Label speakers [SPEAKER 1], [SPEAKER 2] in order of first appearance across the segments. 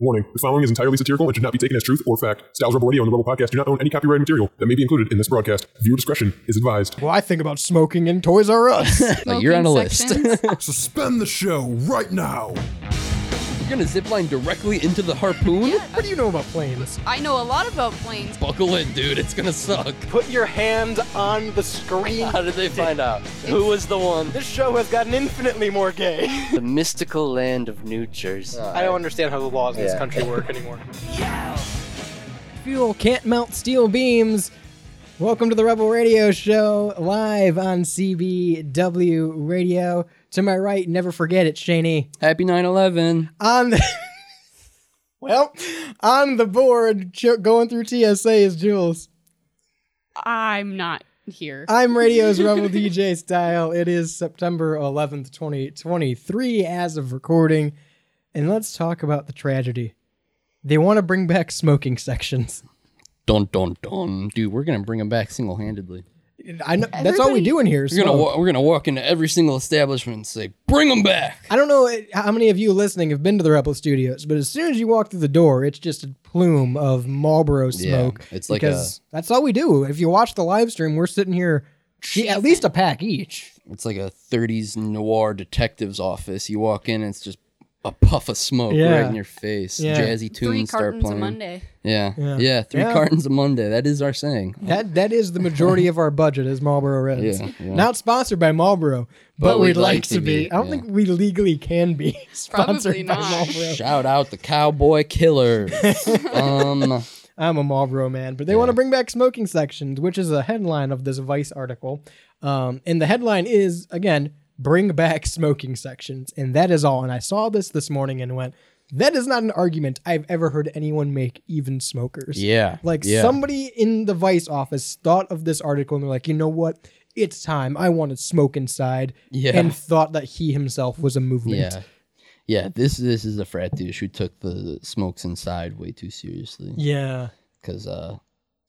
[SPEAKER 1] Warning, the following is entirely satirical and should not be taken as truth or fact. Styles Rebel Radio and the Rebel Podcast do not own any copyrighted material that may be included in this broadcast. Viewer discretion is advised.
[SPEAKER 2] Well, I think about smoking in Toys R Us.
[SPEAKER 3] Like, you're on a
[SPEAKER 4] Smoking
[SPEAKER 3] list.
[SPEAKER 4] sections.
[SPEAKER 5] Suspend the show right now.
[SPEAKER 3] You're gonna zip line directly into the harpoon?
[SPEAKER 2] what do you know about planes?
[SPEAKER 4] I know a lot about planes.
[SPEAKER 3] Buckle in, dude. It's gonna suck.
[SPEAKER 6] Put your hand on the screen.
[SPEAKER 7] How did they find out? Who was the one?
[SPEAKER 6] This show has gotten infinitely more gay.
[SPEAKER 7] The mystical land of New Jersey.
[SPEAKER 6] I don't understand how the laws in this country work anymore.
[SPEAKER 2] Fuel can't melt steel beams. Welcome to the Rebel Radio Show, live on CBW Radio. To my right, never forget it, Shaney.
[SPEAKER 3] Happy 9 11.
[SPEAKER 2] On the well, on the board, ch- going through TSA is Jules.
[SPEAKER 4] I'm not here.
[SPEAKER 3] Uh,
[SPEAKER 2] I'm Radio's Rebel DJ Style. It is September 11th, 2023, as of recording. And let's talk about the tragedy. They want to bring back smoking sections.
[SPEAKER 3] Dun dun dun. Dude, we're gonna bring them back single handedly.
[SPEAKER 2] I know that's all we
[SPEAKER 4] Everybody-
[SPEAKER 2] do in here.
[SPEAKER 3] We're gonna,
[SPEAKER 2] smoke.
[SPEAKER 3] wa- we're gonna walk into every single establishment and say, bring them back.
[SPEAKER 2] I don't know it- how many of you listening have been to the Rebel Studios, but as soon as you walk through the door, it's just a plume of Marlboro smoke.
[SPEAKER 3] it's like
[SPEAKER 2] because that's all we do. If you watch the live stream, we're sitting here gee, at least a pack each.
[SPEAKER 3] It's like a 30s noir detective's office. You walk in and it's just a puff of smoke
[SPEAKER 2] Yeah.
[SPEAKER 3] right in your face.
[SPEAKER 2] Yeah.
[SPEAKER 3] Jazzy
[SPEAKER 4] Three
[SPEAKER 3] tunes start
[SPEAKER 4] cartons a
[SPEAKER 3] playing.
[SPEAKER 4] Monday.
[SPEAKER 3] Yeah.
[SPEAKER 2] Yeah.
[SPEAKER 3] yeah. Three
[SPEAKER 2] Yeah.
[SPEAKER 3] cartons a Monday. That is our saying.
[SPEAKER 2] That that is the majority of our budget is Marlboro Reds.
[SPEAKER 3] Yeah, yeah.
[SPEAKER 2] Not sponsored by Marlboro, but, we'd, like, to be. I don't
[SPEAKER 3] yeah.
[SPEAKER 2] think we legally can be sponsored
[SPEAKER 4] Probably
[SPEAKER 2] by
[SPEAKER 4] not.
[SPEAKER 2] Marlboro.
[SPEAKER 3] Shout out the cowboy killer. um,
[SPEAKER 2] I'm a Marlboro man, but they want to bring back smoking sections, which is a headline of this Vice article. Um, and the headline is again, bring back smoking sections, and that is all. And I saw this this morning and went, that is not an argument I've ever heard anyone make, even smokers.
[SPEAKER 3] yeah.
[SPEAKER 2] Like
[SPEAKER 3] yeah.
[SPEAKER 2] somebody in the Vice office thought of this article and they're like, you know what? It's time. I want to smoke inside.
[SPEAKER 3] Yeah.
[SPEAKER 2] And thought that he himself was a movement.
[SPEAKER 3] Yeah. Yeah, this this is a frat douche who took the smokes inside way too seriously.
[SPEAKER 2] Yeah.
[SPEAKER 3] Cause uh,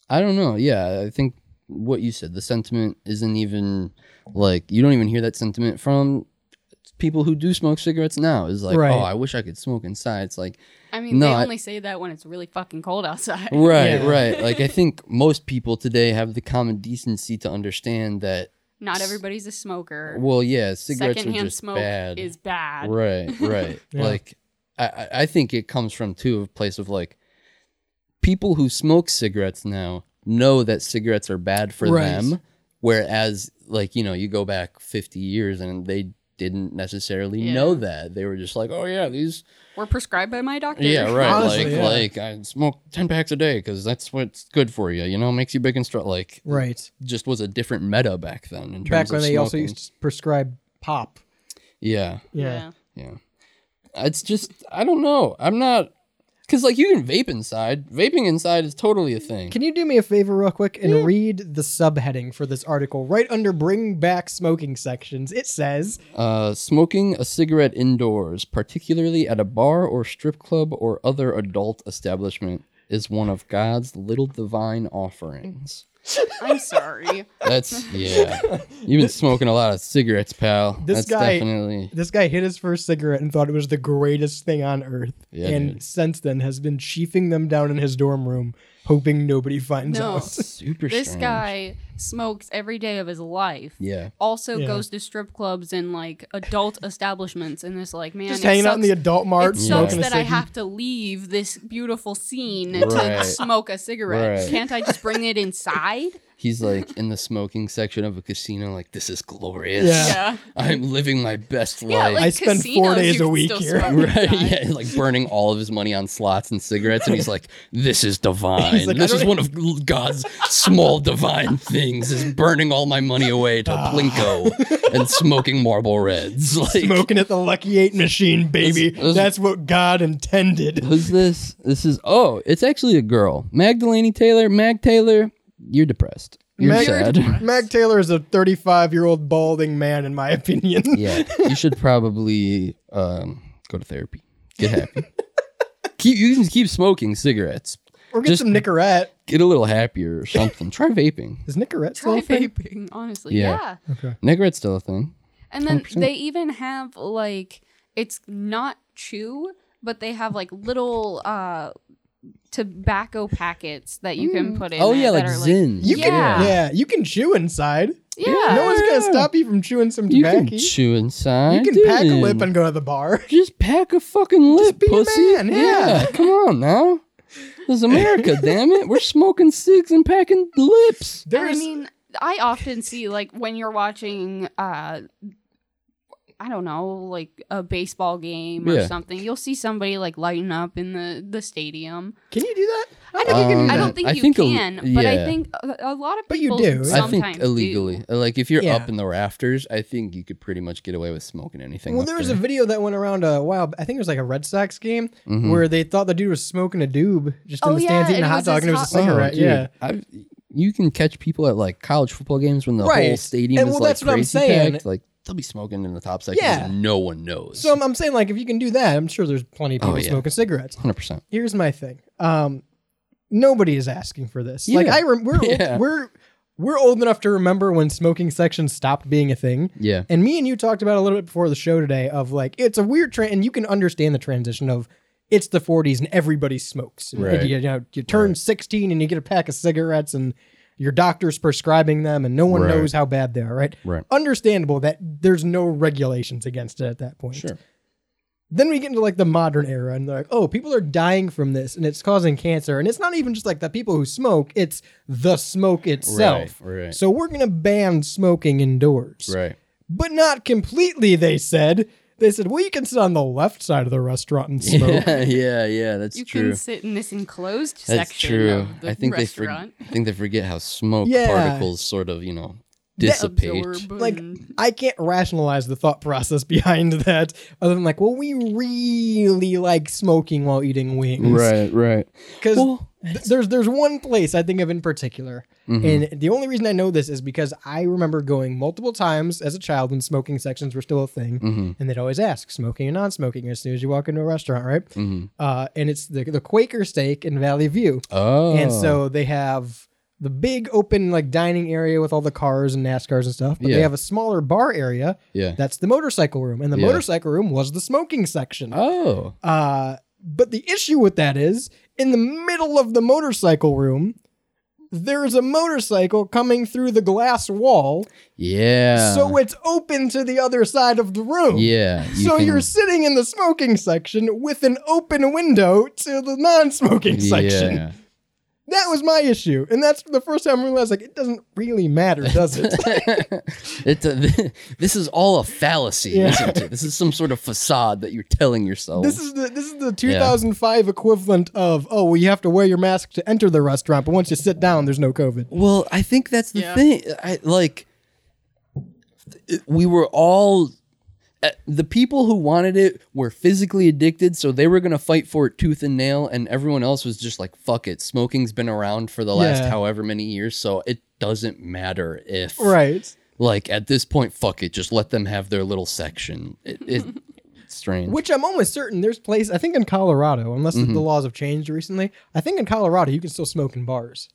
[SPEAKER 3] I don't know. Yeah, I think what you said, the sentiment isn't even like you don't even hear that sentiment from people who do smoke cigarettes now. Is like,
[SPEAKER 2] Right.
[SPEAKER 3] oh, I wish I could smoke inside. It's like,
[SPEAKER 4] I mean,
[SPEAKER 3] No,
[SPEAKER 4] they
[SPEAKER 3] I-
[SPEAKER 4] only say that when it's really fucking cold outside.
[SPEAKER 3] right,
[SPEAKER 2] Yeah.
[SPEAKER 3] right. Like I think most people today have the common decency to understand that.
[SPEAKER 4] Not everybody's a smoker.
[SPEAKER 3] Well, yeah, cigarettes are
[SPEAKER 4] Secondhand
[SPEAKER 3] just
[SPEAKER 4] smoke
[SPEAKER 3] bad.
[SPEAKER 4] is bad.
[SPEAKER 3] Right, right.
[SPEAKER 2] Yeah.
[SPEAKER 3] Like I- I, I think it comes from too a place of like people who smoke cigarettes now know that cigarettes are bad for
[SPEAKER 2] Right.
[SPEAKER 3] them, whereas like you know you go back fifty years and they didn't necessarily
[SPEAKER 4] Yeah.
[SPEAKER 3] know that they were just like oh yeah these
[SPEAKER 4] We're prescribed by my doctor.
[SPEAKER 3] yeah right
[SPEAKER 2] Honestly,
[SPEAKER 3] like
[SPEAKER 2] yeah.
[SPEAKER 3] like I smoke ten packs a day because that's what's good for you you know makes you big and strong like
[SPEAKER 2] Right.
[SPEAKER 3] just was a different meta back then in terms
[SPEAKER 2] Back
[SPEAKER 3] of
[SPEAKER 2] when they also
[SPEAKER 3] smoking.
[SPEAKER 2] used to prescribe pop.
[SPEAKER 3] yeah
[SPEAKER 2] yeah.
[SPEAKER 4] Yeah.
[SPEAKER 3] Yeah. It's just I don't know. I'm not cuz like you can vape inside. Vaping inside is totally a thing.
[SPEAKER 2] Can you do me a favor, real quick, and read the subheading for this article right under Bring Back Smoking Sections? It says,
[SPEAKER 3] Uh smoking a cigarette indoors, particularly at a bar or strip club or other adult establishment is one of God's little divine offerings.
[SPEAKER 4] I'm sorry.
[SPEAKER 3] That's yeah. You've been smoking a lot of cigarettes, pal.
[SPEAKER 2] This
[SPEAKER 3] That's
[SPEAKER 2] guy-
[SPEAKER 3] definitely
[SPEAKER 2] This guy hit his first cigarette and thought it was the greatest thing on earth.
[SPEAKER 3] Yeah,
[SPEAKER 2] and
[SPEAKER 3] dude.
[SPEAKER 2] since then has been chiefing them down in his dorm room, hoping nobody finds
[SPEAKER 4] No.
[SPEAKER 2] out.
[SPEAKER 3] super
[SPEAKER 4] this
[SPEAKER 3] strange.
[SPEAKER 4] guy smokes every day of his life.
[SPEAKER 3] Yeah.
[SPEAKER 4] Also
[SPEAKER 2] Yeah.
[SPEAKER 4] goes to strip clubs and like adult establishments and is like, man,
[SPEAKER 2] Just
[SPEAKER 4] it
[SPEAKER 2] hanging out in the
[SPEAKER 4] sucks-
[SPEAKER 2] adult mart,
[SPEAKER 4] It sucks
[SPEAKER 2] smoking a
[SPEAKER 4] that I
[SPEAKER 2] cigarette.
[SPEAKER 4] have to leave this beautiful scene to
[SPEAKER 3] Right.
[SPEAKER 4] smoke a cigarette.
[SPEAKER 3] Right.
[SPEAKER 4] Can't I just bring it inside?
[SPEAKER 3] He's like in the smoking section of a casino like this is glorious.
[SPEAKER 2] Yeah.
[SPEAKER 4] Yeah.
[SPEAKER 3] I'm living my best
[SPEAKER 4] Yeah,
[SPEAKER 3] life.
[SPEAKER 4] like
[SPEAKER 2] I spend four
[SPEAKER 4] casinos,
[SPEAKER 2] days
[SPEAKER 4] you
[SPEAKER 2] a
[SPEAKER 4] can
[SPEAKER 2] week
[SPEAKER 4] still
[SPEAKER 2] here.
[SPEAKER 4] smoke
[SPEAKER 3] Right,
[SPEAKER 4] inside.
[SPEAKER 3] yeah, like burning all of his money on slots and cigarettes, and he's like, "This is divine.
[SPEAKER 2] like, I
[SPEAKER 3] this is
[SPEAKER 2] don't-
[SPEAKER 3] one of God's small divine things: is burning all my money away to
[SPEAKER 2] Ah."
[SPEAKER 3] plinko and smoking marble reds." Like,
[SPEAKER 2] Smoking at the Lucky Eight machine, baby.
[SPEAKER 3] This- this-
[SPEAKER 2] That's what God intended.
[SPEAKER 3] who's this? This is oh, it's actually a girl, Magdalene Taylor. Mag Taylor, you're depressed. You're
[SPEAKER 2] Mag-
[SPEAKER 3] sad.
[SPEAKER 2] Mag Taylor is a 35 year old balding man, in my opinion.
[SPEAKER 3] yeah, you should probably um, go to therapy. Get happy. keep you can keep smoking cigarettes.
[SPEAKER 2] or get
[SPEAKER 3] Just-
[SPEAKER 2] some Nicorette.
[SPEAKER 3] Get a little happier or something. Try vaping.
[SPEAKER 2] Is Nicorette still
[SPEAKER 4] Try
[SPEAKER 2] a thing?
[SPEAKER 4] vaping, honestly.
[SPEAKER 3] Yeah.
[SPEAKER 4] Yeah.
[SPEAKER 3] Nicorette's still a thing.
[SPEAKER 4] And then
[SPEAKER 3] 100%.
[SPEAKER 4] they even have like it's not chew, but they have like little uh tobacco packets that you can
[SPEAKER 2] Mm.
[SPEAKER 4] put in.
[SPEAKER 3] Oh
[SPEAKER 4] it
[SPEAKER 3] yeah,
[SPEAKER 4] that
[SPEAKER 3] like
[SPEAKER 4] are,
[SPEAKER 3] Zins.
[SPEAKER 4] You can- Yeah.
[SPEAKER 2] Yeah, you can chew inside.
[SPEAKER 4] Yeah.
[SPEAKER 2] No one's gonna stop you from chewing some
[SPEAKER 3] Oh. You can
[SPEAKER 2] tobacco. You
[SPEAKER 3] chew inside.
[SPEAKER 2] can, pack a
[SPEAKER 3] dude.
[SPEAKER 2] lip and go to the bar.
[SPEAKER 3] just pack a fucking lip,
[SPEAKER 2] be a
[SPEAKER 3] pussy.
[SPEAKER 2] man, yeah.
[SPEAKER 3] come on now. This is America, damn it. We're smoking cigs and packing lips.
[SPEAKER 2] There's
[SPEAKER 4] I mean, I often see like when you're watching uh I don't know, like a baseball game or
[SPEAKER 3] Yeah.
[SPEAKER 4] something, you'll see somebody like lighting up in the the stadium.
[SPEAKER 2] can you do that?
[SPEAKER 4] I don't, think,
[SPEAKER 3] Um,
[SPEAKER 4] I don't think
[SPEAKER 3] I
[SPEAKER 4] you
[SPEAKER 3] think a-
[SPEAKER 4] can, but I
[SPEAKER 3] yeah.
[SPEAKER 4] think a, a lot of
[SPEAKER 2] But you
[SPEAKER 4] people
[SPEAKER 2] do.
[SPEAKER 4] sometimes
[SPEAKER 3] I think
[SPEAKER 4] do.
[SPEAKER 3] illegally. Uh, Like if you're
[SPEAKER 2] Yeah.
[SPEAKER 3] up in the rafters, I think you could pretty much get away with smoking anything.
[SPEAKER 2] Well,
[SPEAKER 3] up
[SPEAKER 2] there was a
[SPEAKER 3] there.
[SPEAKER 2] video that went around a while. b- I think it was like a Red Sox game
[SPEAKER 3] Mhm.
[SPEAKER 2] where they thought the dude was smoking a doob just in
[SPEAKER 4] Oh,
[SPEAKER 2] the stands
[SPEAKER 4] yeah,
[SPEAKER 2] eating a
[SPEAKER 4] and it
[SPEAKER 2] hot
[SPEAKER 4] was
[SPEAKER 2] dog,
[SPEAKER 4] his
[SPEAKER 2] and it was a
[SPEAKER 4] hot
[SPEAKER 3] Oh,
[SPEAKER 4] dog.
[SPEAKER 2] cigarette.
[SPEAKER 3] dude,
[SPEAKER 2] yeah.
[SPEAKER 3] I've, you can catch people at like college football games when the whole
[SPEAKER 2] Right.
[SPEAKER 3] stadium
[SPEAKER 2] And,
[SPEAKER 3] is
[SPEAKER 2] well,
[SPEAKER 3] like
[SPEAKER 2] that's what I'm
[SPEAKER 3] crazy
[SPEAKER 2] saying.
[SPEAKER 3] packed. Like they'll be smoking in the top section.
[SPEAKER 2] Yeah.
[SPEAKER 3] and No one knows.
[SPEAKER 2] So I'm, I'm saying like if you can do that, I'm sure there's plenty of
[SPEAKER 3] Oh,
[SPEAKER 2] people
[SPEAKER 3] yeah.
[SPEAKER 2] smoking cigarettes.
[SPEAKER 3] Hundred percent.
[SPEAKER 2] Here's my thing. Um, nobody is asking for this. Like
[SPEAKER 3] Yeah.
[SPEAKER 2] I rem- we're
[SPEAKER 3] Yeah.
[SPEAKER 2] old, we're we're old enough to remember when smoking sections stopped being a thing.
[SPEAKER 3] Yeah.
[SPEAKER 2] And me and you talked about it a little bit before the show today of like it's a weird trend, and you can understand the transition of it's the 40s and everybody smokes. And
[SPEAKER 3] Right.
[SPEAKER 2] You, you know, you turn 16 and you get a pack of cigarettes and your doctor's prescribing them and no one
[SPEAKER 3] Right.
[SPEAKER 2] knows how bad they are. Right.
[SPEAKER 3] Right.
[SPEAKER 2] Understandable that there's no regulations against it at that point.
[SPEAKER 3] Sure.
[SPEAKER 2] Then we get into like the modern era and they're like, oh, people are dying from this and it's causing cancer. And it's not even just like the people who smoke; it's the smoke itself.
[SPEAKER 3] Right, right.
[SPEAKER 2] So we're gonna ban smoking indoors
[SPEAKER 3] Right.
[SPEAKER 2] but not completely, they said. They said, well, you can sit on the left side of the restaurant and smoke.
[SPEAKER 3] Yeah. Yeah. Yeah. That's
[SPEAKER 4] You
[SPEAKER 3] true.
[SPEAKER 4] can sit in this enclosed
[SPEAKER 3] That's
[SPEAKER 4] section
[SPEAKER 3] true.
[SPEAKER 4] of the
[SPEAKER 3] I think they for-
[SPEAKER 4] restaurant.
[SPEAKER 3] I think they forget how smoke
[SPEAKER 2] Yeah.
[SPEAKER 3] particles sort of you know dissipate.
[SPEAKER 4] Absorb
[SPEAKER 2] like,
[SPEAKER 4] and-
[SPEAKER 2] I can't rationalize the thought process behind that other than like, well, we really like smoking while eating wings.
[SPEAKER 3] Right. Right.
[SPEAKER 2] Because
[SPEAKER 3] Well,
[SPEAKER 2] there's there's one place I think of in particular.
[SPEAKER 3] Mm-hmm.
[SPEAKER 2] And the only reason I know this is because I remember going multiple times as a child when smoking sections were still a thing.
[SPEAKER 3] Mm-hmm.
[SPEAKER 2] And they'd always ask, smoking or non smoking, as soon as you walk into a restaurant, right?
[SPEAKER 3] Mm-hmm.
[SPEAKER 2] Uh, and it's the, the Quaker steak in Valley View.
[SPEAKER 3] Oh.
[SPEAKER 2] And so they have the big open like dining area with all the cars and NASCARs and stuff, but
[SPEAKER 3] Yeah.
[SPEAKER 2] they have a smaller bar area.
[SPEAKER 3] Yeah.
[SPEAKER 2] That's the motorcycle room. And the
[SPEAKER 3] Yeah.
[SPEAKER 2] motorcycle room was the smoking section.
[SPEAKER 3] Oh.
[SPEAKER 2] Uh, but the issue with that is in the middle of the motorcycle room, there's a motorcycle coming through the glass wall.
[SPEAKER 3] Yeah.
[SPEAKER 2] so it's open to the other side of the room.
[SPEAKER 3] yeah. you
[SPEAKER 2] so
[SPEAKER 3] can-
[SPEAKER 2] you're sitting in the smoking section with an open window to the non-smoking section.
[SPEAKER 3] Yeah.
[SPEAKER 2] That was my issue, and that's the first time I realized like it doesn't really matter, does it?
[SPEAKER 3] it's a, this is all a fallacy,
[SPEAKER 2] Yeah.
[SPEAKER 3] isn't it? This is some sort of facade that you're telling yourself.
[SPEAKER 2] this is the this is the 2005 equivalent of oh well you have to wear your mask to enter the restaurant, but once you sit down, there's no COVID.
[SPEAKER 3] Well, I think that's the thing. I like it- we were all uh, the people who wanted it were physically addicted, so they were gonna fight for it tooth and nail, and everyone else was just like, "Fuck it." Smoking's been around for the last
[SPEAKER 2] Yeah.
[SPEAKER 3] however many years, so it doesn't matter if
[SPEAKER 2] Right.
[SPEAKER 3] Like at this point, fuck it. Just let them have their little section. It, it it's strange.
[SPEAKER 2] Which I'm almost certain there's place I think in Colorado, unless
[SPEAKER 3] Mm-hmm.
[SPEAKER 2] the laws have changed recently. I think in Colorado you can still smoke in bars.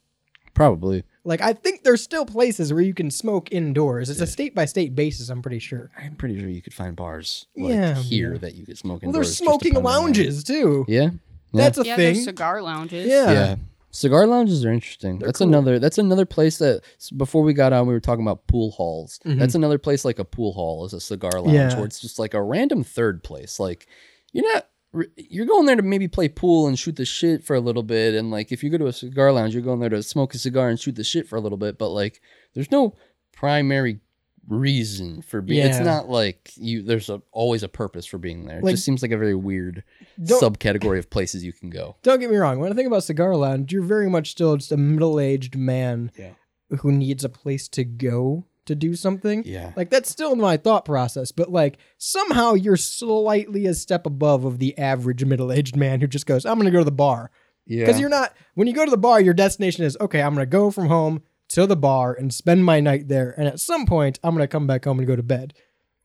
[SPEAKER 3] Probably.
[SPEAKER 2] Like I think there's still places where you can smoke indoors. It's a state by state basis, I'm pretty sure.
[SPEAKER 3] I'm pretty sure you could find bars like
[SPEAKER 2] Yeah,
[SPEAKER 3] here that you could smoke.
[SPEAKER 2] Well,
[SPEAKER 3] indoors,
[SPEAKER 2] there's
[SPEAKER 3] just
[SPEAKER 2] smoking
[SPEAKER 3] depending on-
[SPEAKER 2] lounges too.
[SPEAKER 3] Yeah.
[SPEAKER 2] That's a
[SPEAKER 4] yeah,
[SPEAKER 2] thing.
[SPEAKER 4] there's cigar lounges.
[SPEAKER 2] yeah.
[SPEAKER 3] yeah cigar lounges are interesting that's another that's another place that s- before we got on we were talking about pool halls that's another place like a pool hall is a cigar lounge
[SPEAKER 2] Mm-hmm. Yeah.
[SPEAKER 3] where it's just like a random third place like you're not r- you're going there to maybe play pool and shoot the shit for a little bit and like if you go to a cigar lounge you're going there to smoke a cigar and shoot the shit for a little bit but like there's no primary reason for being it's
[SPEAKER 2] Yeah.
[SPEAKER 3] not like you there's a, always a purpose for being there it
[SPEAKER 2] Like-
[SPEAKER 3] just seems like a very weird
[SPEAKER 2] Don't-
[SPEAKER 3] subcategory of places you can go
[SPEAKER 2] Don't get me wrong. When I think about cigar lounge, you're very much still just a middle-aged man
[SPEAKER 3] Yeah.
[SPEAKER 2] who needs a place to go to do something.
[SPEAKER 3] yeah
[SPEAKER 2] Like that's still my thought process, but like somehow you're slightly a step above of the average middle-aged man who just goes, "I'm going to go to the bar."
[SPEAKER 3] yeah
[SPEAKER 2] Because you're not when you go to the bar, your destination is okay. I'm going to go from home to the bar and spend my night there, and at some point, I'm going to come back home and go to bed.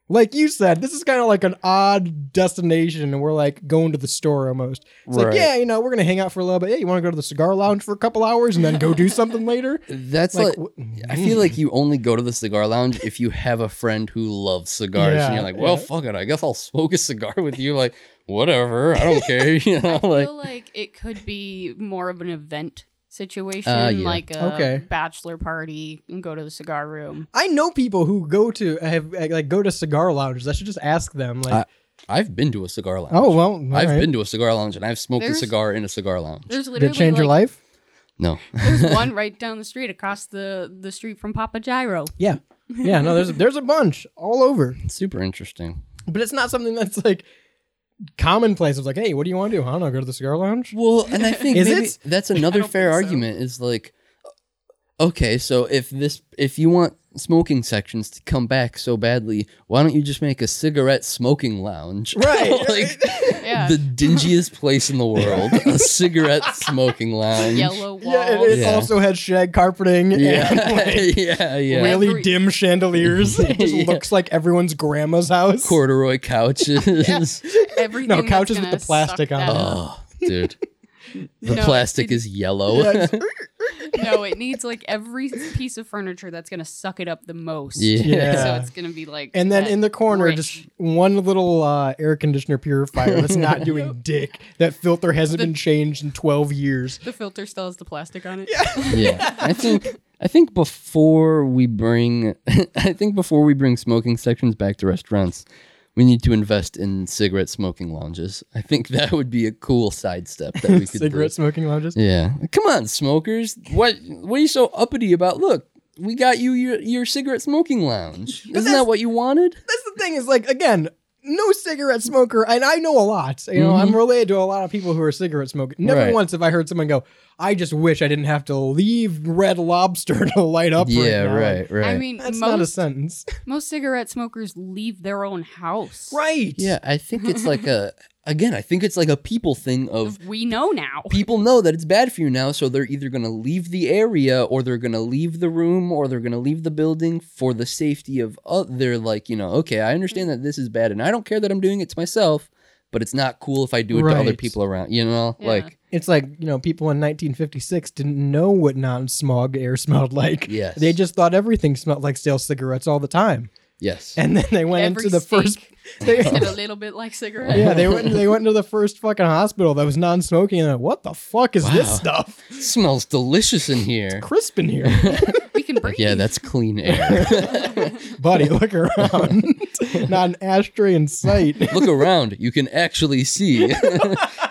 [SPEAKER 2] Like you said, this is kind of like an odd destination, and we're like going to the store almost. It's like,
[SPEAKER 3] Right.
[SPEAKER 2] yeah, you know, we're gonna hang out for a little bit. Yeah, you want to go to the cigar lounge for a couple hours and then go do something later?
[SPEAKER 3] That's
[SPEAKER 2] Like,
[SPEAKER 3] like,
[SPEAKER 2] wh- mm.
[SPEAKER 3] I feel like you only go to the cigar lounge if you have a friend who loves cigars, and
[SPEAKER 2] Yeah,
[SPEAKER 3] you're like, well,
[SPEAKER 2] yeah.
[SPEAKER 3] fuck it, I guess I'll smoke a cigar with you. Like, whatever, I don't care. You know,
[SPEAKER 4] I
[SPEAKER 3] like
[SPEAKER 4] feel like it could be more of an event situation,
[SPEAKER 3] Uh, yeah.
[SPEAKER 4] like a
[SPEAKER 2] Okay.
[SPEAKER 4] bachelor party and go to the cigar room.
[SPEAKER 2] I know people who go to have like go to cigar lounges. I should just ask them. Like,
[SPEAKER 3] I- I've been to a cigar lounge.
[SPEAKER 2] oh well, all
[SPEAKER 3] I've
[SPEAKER 2] right.
[SPEAKER 3] been to a cigar lounge and I've smoked
[SPEAKER 4] There's-
[SPEAKER 3] a cigar in a cigar lounge.
[SPEAKER 4] There's
[SPEAKER 2] Did
[SPEAKER 4] literally
[SPEAKER 2] it change your
[SPEAKER 4] like-
[SPEAKER 2] life?
[SPEAKER 3] No,
[SPEAKER 4] There's one right down the street across the the street from Papa Gyro.
[SPEAKER 2] Yeah, yeah. No, there's there's a bunch all over,
[SPEAKER 3] it's super interesting.
[SPEAKER 2] but it's not something that's like commonplace. It's like, hey, what do you want to do? I don't know. Go to the cigar lounge.
[SPEAKER 3] Well, and I think
[SPEAKER 2] Is
[SPEAKER 3] maybe
[SPEAKER 2] it?
[SPEAKER 3] that's another
[SPEAKER 4] don't
[SPEAKER 3] fair
[SPEAKER 4] think so.
[SPEAKER 3] argument is like okay, so if this if you want smoking sections to come back so badly, why don't you just make a cigarette smoking lounge?
[SPEAKER 2] Right,
[SPEAKER 3] like
[SPEAKER 4] Yeah.
[SPEAKER 3] the dingiest place in the world, a cigarette smoking lounge.
[SPEAKER 4] Yellow walls.
[SPEAKER 2] Yeah, and it
[SPEAKER 3] Yeah.
[SPEAKER 2] also had shag carpeting.
[SPEAKER 3] Yeah.
[SPEAKER 2] and, like,
[SPEAKER 3] yeah, yeah.
[SPEAKER 2] Really
[SPEAKER 4] Every-
[SPEAKER 2] dim chandeliers. It just
[SPEAKER 3] Yeah.
[SPEAKER 2] looks like everyone's grandma's house.
[SPEAKER 3] Corduroy couches.
[SPEAKER 4] Everything
[SPEAKER 2] No,
[SPEAKER 4] that's
[SPEAKER 2] couches with
[SPEAKER 4] gonna
[SPEAKER 2] the plastic
[SPEAKER 4] suck
[SPEAKER 2] on
[SPEAKER 4] that
[SPEAKER 2] it.
[SPEAKER 4] up.
[SPEAKER 3] Oh, dude. The
[SPEAKER 4] No,
[SPEAKER 3] plastic
[SPEAKER 4] it-
[SPEAKER 3] is yellow.
[SPEAKER 2] Yeah, it's-
[SPEAKER 4] No, it needs like every piece of furniture that's gonna suck it up the most.
[SPEAKER 3] Yeah.
[SPEAKER 4] So it's gonna be like
[SPEAKER 2] and then
[SPEAKER 4] that
[SPEAKER 2] in the corner,
[SPEAKER 4] rich.
[SPEAKER 2] just one little uh, air conditioner purifier that's not doing dick. That filter hasn't been changed in 12 years.
[SPEAKER 4] the filter still has the plastic on it. Yeah.
[SPEAKER 3] yeah i think i think before we bring i think before we bring smoking sections back to restaurants we need to invest in cigarette smoking lounges i think that would be a cool sidestep that we could do.
[SPEAKER 2] Cigarette smoking lounges.
[SPEAKER 3] yeah come on smokers what what are you so uppity about look we got you your, your cigarette smoking lounge isn't that what you wanted
[SPEAKER 2] That's the thing is like, again, no cigarette smoker, and I know a lot. You know, I'm related to a lot of people who are cigarette smokers. Never
[SPEAKER 3] Mm-hmm. Right.
[SPEAKER 2] once have I heard someone go, I just wish I didn't have to leave Red Lobster to light up.
[SPEAKER 3] yeah
[SPEAKER 2] now."
[SPEAKER 3] right right
[SPEAKER 4] I mean,
[SPEAKER 2] That's
[SPEAKER 4] most,
[SPEAKER 2] not a sentence.
[SPEAKER 4] most cigarette smokers leave their own house.
[SPEAKER 2] Right.
[SPEAKER 3] yeah i think it's like a again i think it's like a people thing of
[SPEAKER 4] We know now.
[SPEAKER 3] people know that it's bad for you now, so they're either going to leave the area or they're going to leave the room or they're going to leave the building for the safety of others. They're like, you know, okay, I understand that this is bad and I don't care that I'm doing it to myself, but it's not cool if I do it to other
[SPEAKER 2] Right.
[SPEAKER 3] people around, you know?
[SPEAKER 4] Yeah.
[SPEAKER 3] Like,
[SPEAKER 2] It's like, you know, people in 1956 didn't know what non smog air smelled like.
[SPEAKER 3] Yes.
[SPEAKER 2] They just thought everything smelled like stale cigarettes all the time.
[SPEAKER 3] yes.
[SPEAKER 2] And then they went
[SPEAKER 4] Every
[SPEAKER 2] into the
[SPEAKER 4] steak
[SPEAKER 2] first. They,
[SPEAKER 4] tasted a little bit like cigarette.
[SPEAKER 2] yeah, they went, they went into the first fucking hospital that was non smoking. And they're like, what the fuck is this
[SPEAKER 3] Wow.
[SPEAKER 2] stuff?
[SPEAKER 3] It smells delicious in here.
[SPEAKER 2] Crisp in here.
[SPEAKER 4] We can breathe.
[SPEAKER 3] Yeah, that's clean air.
[SPEAKER 2] Buddy, look around. Not an ashtray in sight.
[SPEAKER 3] Look around. You can actually see.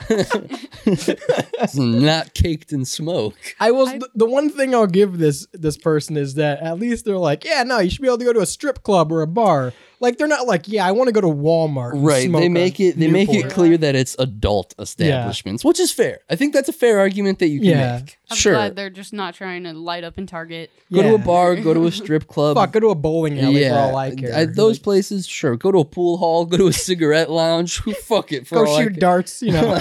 [SPEAKER 3] it's not caked in smoke.
[SPEAKER 2] I will. th- the one thing I'll give this this person is that at least they're like, yeah, no, you should be able to go to a strip club or a bar. Like they're not like, yeah, I want to go to Walmart. and
[SPEAKER 3] right
[SPEAKER 2] smoke
[SPEAKER 3] they
[SPEAKER 2] a
[SPEAKER 3] make it they make it
[SPEAKER 2] Newport."
[SPEAKER 3] clear that it's adult establishments which is fair i think that's a fair argument that you can
[SPEAKER 2] Yeah.
[SPEAKER 3] make
[SPEAKER 4] I'm
[SPEAKER 3] sure
[SPEAKER 4] glad they're just not trying to light up in Target.
[SPEAKER 3] go to
[SPEAKER 2] Yeah.
[SPEAKER 3] a bar go to a strip club
[SPEAKER 2] Fuck, go to a bowling alley for all I care.
[SPEAKER 3] at those places sure go to a pool hall go to a cigarette lounge who fuck it for
[SPEAKER 2] go
[SPEAKER 3] all I
[SPEAKER 2] shoot
[SPEAKER 3] care.
[SPEAKER 2] darts, you know.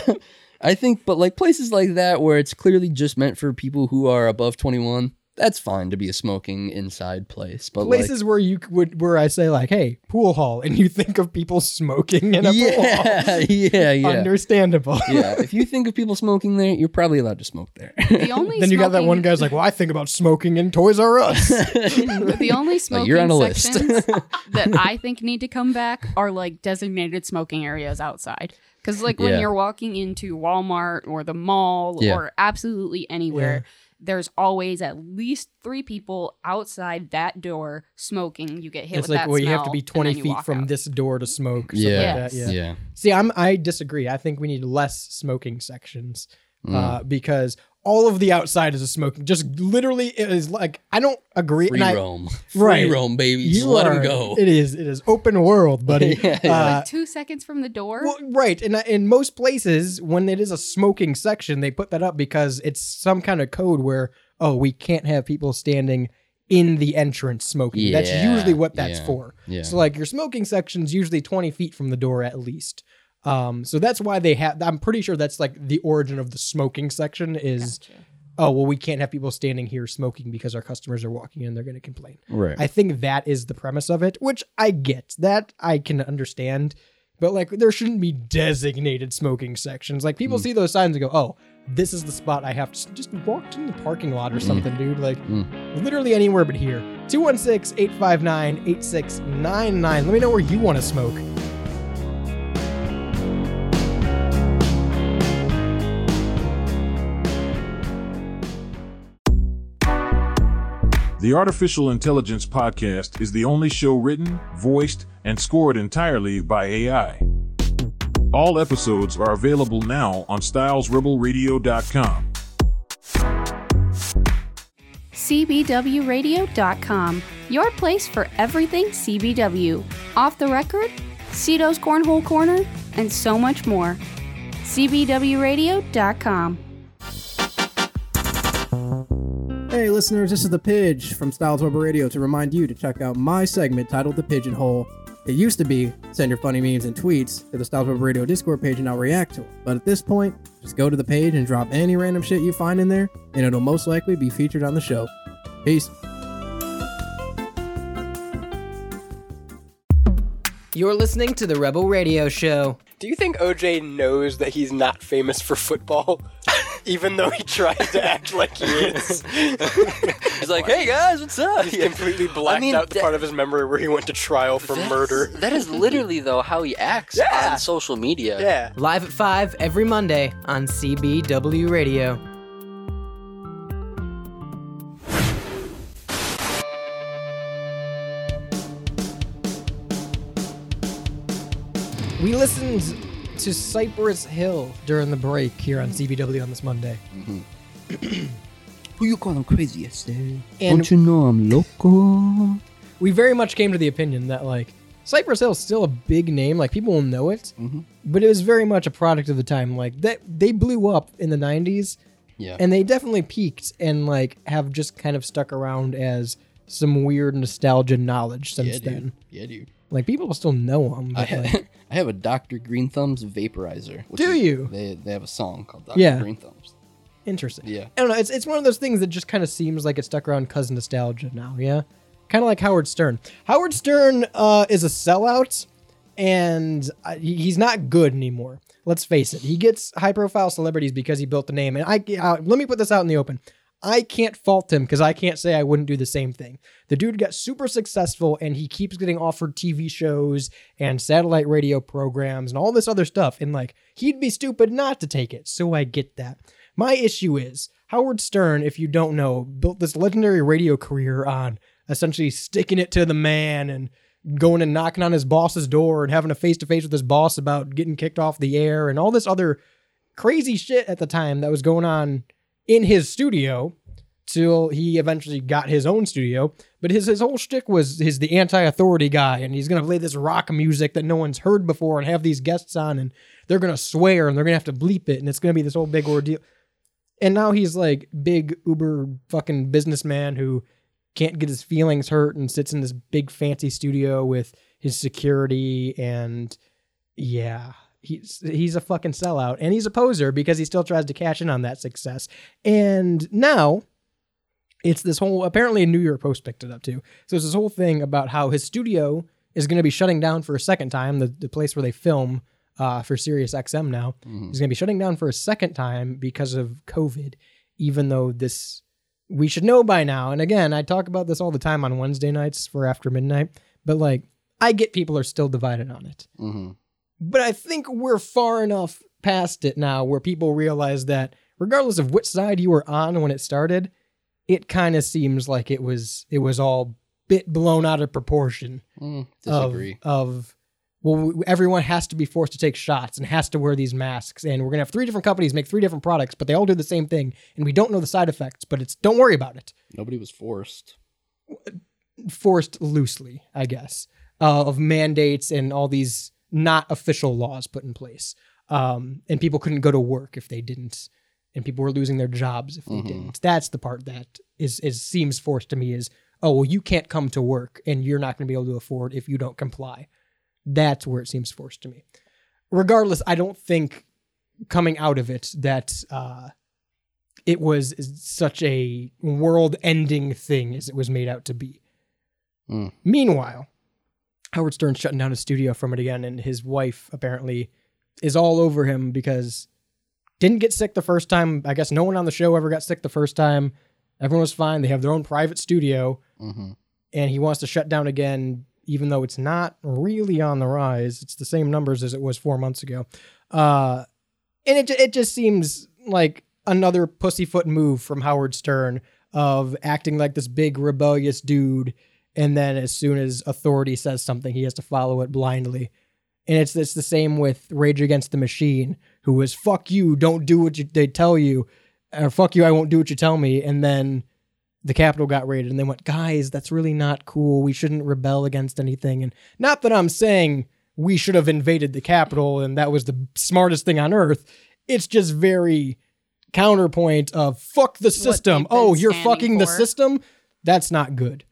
[SPEAKER 3] i think but like places like that where it's clearly just meant for people who are above 21 that's fine to be a smoking inside place but like,
[SPEAKER 2] places where you c- would where I say like, hey, pool hall, and you think of people smoking in a pool hall.
[SPEAKER 3] yeah, yeah yeah
[SPEAKER 2] Understandable.
[SPEAKER 3] yeah if you think of people smoking there you're probably allowed to smoke there
[SPEAKER 4] The only
[SPEAKER 2] then you got that one
[SPEAKER 4] smoking-
[SPEAKER 2] guy's like, well, I think about smoking in Toys R Us.
[SPEAKER 4] The only smoking
[SPEAKER 3] Like, you're on a list.
[SPEAKER 4] sections that I think need to come back are like designated smoking areas outside. Because like when
[SPEAKER 3] Yeah.
[SPEAKER 4] you're walking into Walmart or the mall
[SPEAKER 3] Yeah.
[SPEAKER 4] or absolutely anywhere, there's always at least three people outside that door smoking. You get hit
[SPEAKER 2] it's
[SPEAKER 4] with
[SPEAKER 2] like,
[SPEAKER 4] that
[SPEAKER 2] well, you have to
[SPEAKER 4] smell,
[SPEAKER 2] be
[SPEAKER 4] and then
[SPEAKER 2] 20
[SPEAKER 4] you
[SPEAKER 2] feet
[SPEAKER 4] walk
[SPEAKER 2] from
[SPEAKER 4] out.
[SPEAKER 2] this door to smoke. something
[SPEAKER 3] Yeah.
[SPEAKER 2] Like that.
[SPEAKER 4] Yes.
[SPEAKER 2] Yeah. See, I'm I disagree. I think we need less smoking sections
[SPEAKER 3] Mm.
[SPEAKER 2] uh, because all of the outside is a smoking. Just literally, it is like I don't agree.
[SPEAKER 3] free
[SPEAKER 2] and I-
[SPEAKER 3] roam, free
[SPEAKER 2] Right.
[SPEAKER 3] roam, baby. Just let
[SPEAKER 2] are-
[SPEAKER 3] him go.
[SPEAKER 2] It is it is open world, buddy.
[SPEAKER 3] Yeah, yeah.
[SPEAKER 2] Uh,
[SPEAKER 4] Like two seconds from the door.
[SPEAKER 2] well, right, and I- in most places, when it is a smoking section, they put that up because it's some kind of code where oh, we can't have people standing in the entrance smoking. that's
[SPEAKER 3] Yeah,
[SPEAKER 2] usually what that's
[SPEAKER 3] yeah,
[SPEAKER 2] for.
[SPEAKER 3] yeah.
[SPEAKER 2] So like your smoking section's usually twenty feet from the door at least. Um, so that's why they have. I'm pretty sure that's like the origin of the smoking section is oh well we can't have people standing here smoking because our customers are walking in they're going to complain
[SPEAKER 3] Right.
[SPEAKER 2] i think that is the premise of it which i get that i can understand but like there shouldn't be designated smoking sections like people see those signs and go oh this is the spot i have to s- just walked in the parking lot or something dude like literally anywhere but here 216-859-8699 let me know where you want to smoke
[SPEAKER 8] The Artificial Intelligence Podcast is the only show written, voiced, and scored entirely by AI. All episodes are available now on StylesRebelRadio.com.
[SPEAKER 4] CBWRadio.com, your place for everything CBW. Off the record, Cito's Cornhole Corner, and so much more. CBWRadio.com.
[SPEAKER 9] Hey, listeners, this is The Pidge from Styles Rubber Radio to remind you to check out my segment titled The Pigeonhole. It used to be send your funny memes and tweets to the Styles Rubber Radio Discord page and I'll react to it. But at this point, just go to the page and drop any random shit you find in there, and it'll most likely be featured on the show. Peace.
[SPEAKER 10] You're listening to the Rebel Radio Show.
[SPEAKER 6] Do you think OJ knows that he's not famous for football, even though he tries to act like he is?
[SPEAKER 7] He's like, hey guys, what's up?
[SPEAKER 6] He's
[SPEAKER 7] Yeah.
[SPEAKER 6] completely blacked
[SPEAKER 7] mean,
[SPEAKER 6] out the
[SPEAKER 7] that-
[SPEAKER 6] part of his memory where he went to trial for
[SPEAKER 7] That's-
[SPEAKER 6] murder.
[SPEAKER 7] That is literally though how he acts
[SPEAKER 6] Yeah.
[SPEAKER 7] on social media.
[SPEAKER 6] Yeah.
[SPEAKER 10] Live at 5 every Monday on CBW Radio.
[SPEAKER 2] We listened to Cypress Hill during the break here on CBW on this Monday.
[SPEAKER 3] Who you calling crazy yesterday?
[SPEAKER 2] And-
[SPEAKER 3] Don't you know I'm local?
[SPEAKER 2] We very much came to the opinion that like Cypress Hill is still a big name, like people will know it,
[SPEAKER 3] Mm-hmm.
[SPEAKER 2] but it was very much a product of the time. Like that they blew up in the '90s,
[SPEAKER 3] Yeah.
[SPEAKER 2] and they definitely peaked and like have just kind of stuck around as some weird nostalgia knowledge since
[SPEAKER 3] yeah,
[SPEAKER 2] then.
[SPEAKER 3] dude. Yeah, dude.
[SPEAKER 2] Like people still know them,
[SPEAKER 3] I
[SPEAKER 2] but
[SPEAKER 3] have,
[SPEAKER 2] like,
[SPEAKER 3] I have a Dr. Green Thumbs vaporizer. which
[SPEAKER 2] Do
[SPEAKER 3] is-
[SPEAKER 2] you?
[SPEAKER 3] They, they have a song called Dr.
[SPEAKER 2] Yeah.
[SPEAKER 3] Green Thumbs.
[SPEAKER 2] interesting.
[SPEAKER 3] Yeah.
[SPEAKER 2] I don't know. It's, it's one of those things that just kind of seems like it stuck around cause nostalgia now. Yeah, kind of like Howard Stern. Howard Stern uh, is a sellout, and uh, he- he's not good anymore. Let's face it. He gets high profile celebrities because he built the name. And I uh, let me put this out in the open. I can't fault him because I can't say I wouldn't do the same thing. The dude got super successful and he keeps getting offered TV shows and satellite radio programs and all this other stuff. And like, he'd be stupid not to take it. So I get that. My issue is Howard Stern, if you don't know, built this legendary radio career on essentially sticking it to the man and going and knocking on his boss's door and having a face to face with his boss about getting kicked off the air and all this other crazy shit at the time that was going on in his studio till he eventually got his own studio. But his his whole shtick was he's the anti-authority guy, and he's gonna play this rock music that no one's heard before, and have these guests on, and they're gonna swear, and they're gonna have to bleep it, and it's gonna be this whole big ordeal. And now he's like big uber fucking businessman who can't get his feelings hurt and sits in this big fancy studio with his security and yeah, he's he's a fucking sellout and he's a poser because he still tries to cash in on that success. And now it's this whole apparently a New York Post picked it up too. So it's this whole thing about how his studio is going to be shutting down for a second time. The the place where they film uh, for Sirius XM now is going to be shutting down for a second time because of COVID. Even though this we should know by now. And again, I talk about this all the time on Wednesday nights for after midnight. But like, I get people are still divided on it
[SPEAKER 3] Mm-hmm.
[SPEAKER 2] but I think we're far enough past it now where people realize that regardless of which side you were on when it started, it kind of seems like it was it was all bit blown out of proportion
[SPEAKER 3] Mm,
[SPEAKER 2] of-
[SPEAKER 3] disagree.
[SPEAKER 2] of, well w- everyone has to be forced to take shots and has to wear these masks and we're going to have three different companies make three different products but they all do the same thing and we don't know the side effects but it's don't worry about it
[SPEAKER 3] Nobody was forced.
[SPEAKER 2] forced loosely, I guess, uh, of mandates and all these not official laws put in place. Um, and people couldn't go to work if they didn't, and people were losing their jobs if they didn't. That's the part that is is seems forced to me is oh well you can't come to work and you're not going to be able to afford if you don't comply. That's where it seems forced to me. Regardless, I don't think coming out of it that uh, it was such a world-ending thing as it was made out to be.
[SPEAKER 3] Mm.
[SPEAKER 2] Meanwhile, Howard Stern's shutting down his studio from it again, and his wife apparently is all over him because didn't get sick the first time. I guess no one on the show ever got sick the first time. Everyone was fine. They have their own private studio,
[SPEAKER 3] Mhm.
[SPEAKER 2] and he wants to shut down again, even though it's not really on the rise. It's the same numbers as it was four months ago, uh, and it ju- it just seems like another pussyfoot move from Howard Stern of acting like this big rebellious dude, and then as soon as authority says something, he has to follow it blindly. And it's it's the same with Rage Against the Machine, who was "fuck you, don't do what you, they tell you," or "fuck you, I won't do what you tell me," and then the Capitol got raided, and they went, "Guys, that's really not cool. We shouldn't rebel against anything." And not that I'm saying we should have invaded the Capitol and that was the smartest thing on earth. It's just very counterpoint of "fuck the system."
[SPEAKER 4] they've been
[SPEAKER 2] Oh, you're
[SPEAKER 4] standing
[SPEAKER 2] fucking the
[SPEAKER 4] for.
[SPEAKER 2] system. That's not good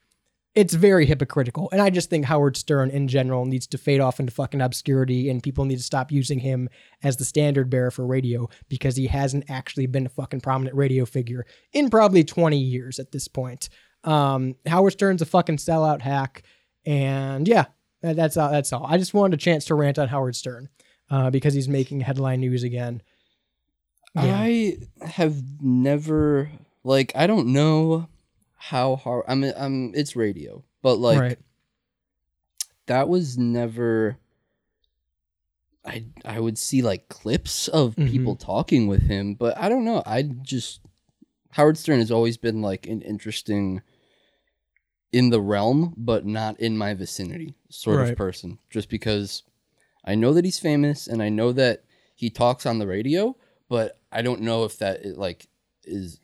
[SPEAKER 2] it's very hypocritical. And I just think Howard Stern in general needs to fade off into fucking obscurity and people need to stop using him as the standard bearer for radio because he hasn't actually been a fucking prominent radio figure in probably 20 years at this point. Um, Howard Stern's a fucking sellout hack. And yeah, that- that's all. That's all. I just wanted a chance to rant on Howard Stern uh, because he's making headline news again.
[SPEAKER 3] I have never like I don't know how hard I mean I'm it's radio, but like
[SPEAKER 2] Right.
[SPEAKER 3] that was never I I would see like clips of
[SPEAKER 2] Mm-hmm.
[SPEAKER 3] people talking with him, but I don't know. I just Howard Stern has always been like an interesting in the realm, but not in my vicinity sort
[SPEAKER 2] Right.
[SPEAKER 3] of person. Just because I know that he's famous and I know that he talks on the radio, but I don't know if that it, like is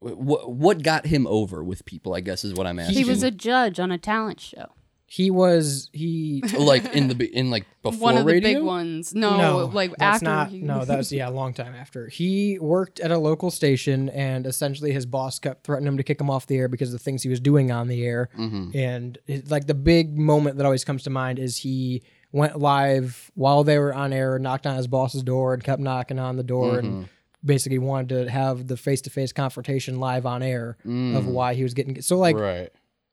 [SPEAKER 3] what what got him over with people. I guess is what I'm asking.
[SPEAKER 4] He was a judge on a talent show.
[SPEAKER 2] He was, he.
[SPEAKER 3] like in the be- in like before
[SPEAKER 4] One of the
[SPEAKER 3] radio.
[SPEAKER 4] big ones. No, like
[SPEAKER 2] that's
[SPEAKER 4] after
[SPEAKER 2] not
[SPEAKER 4] he-
[SPEAKER 2] no that was yeah a long time after he worked at a local station and essentially his boss kept threatening him to kick him off the air because of the things he was doing on the air and it, like the big moment that always comes to mind is he went live while they were on air knocked on his boss's door and kept knocking on the door and basically wanted to have the face-to-face confrontation live on air of why he was getting so like
[SPEAKER 3] right.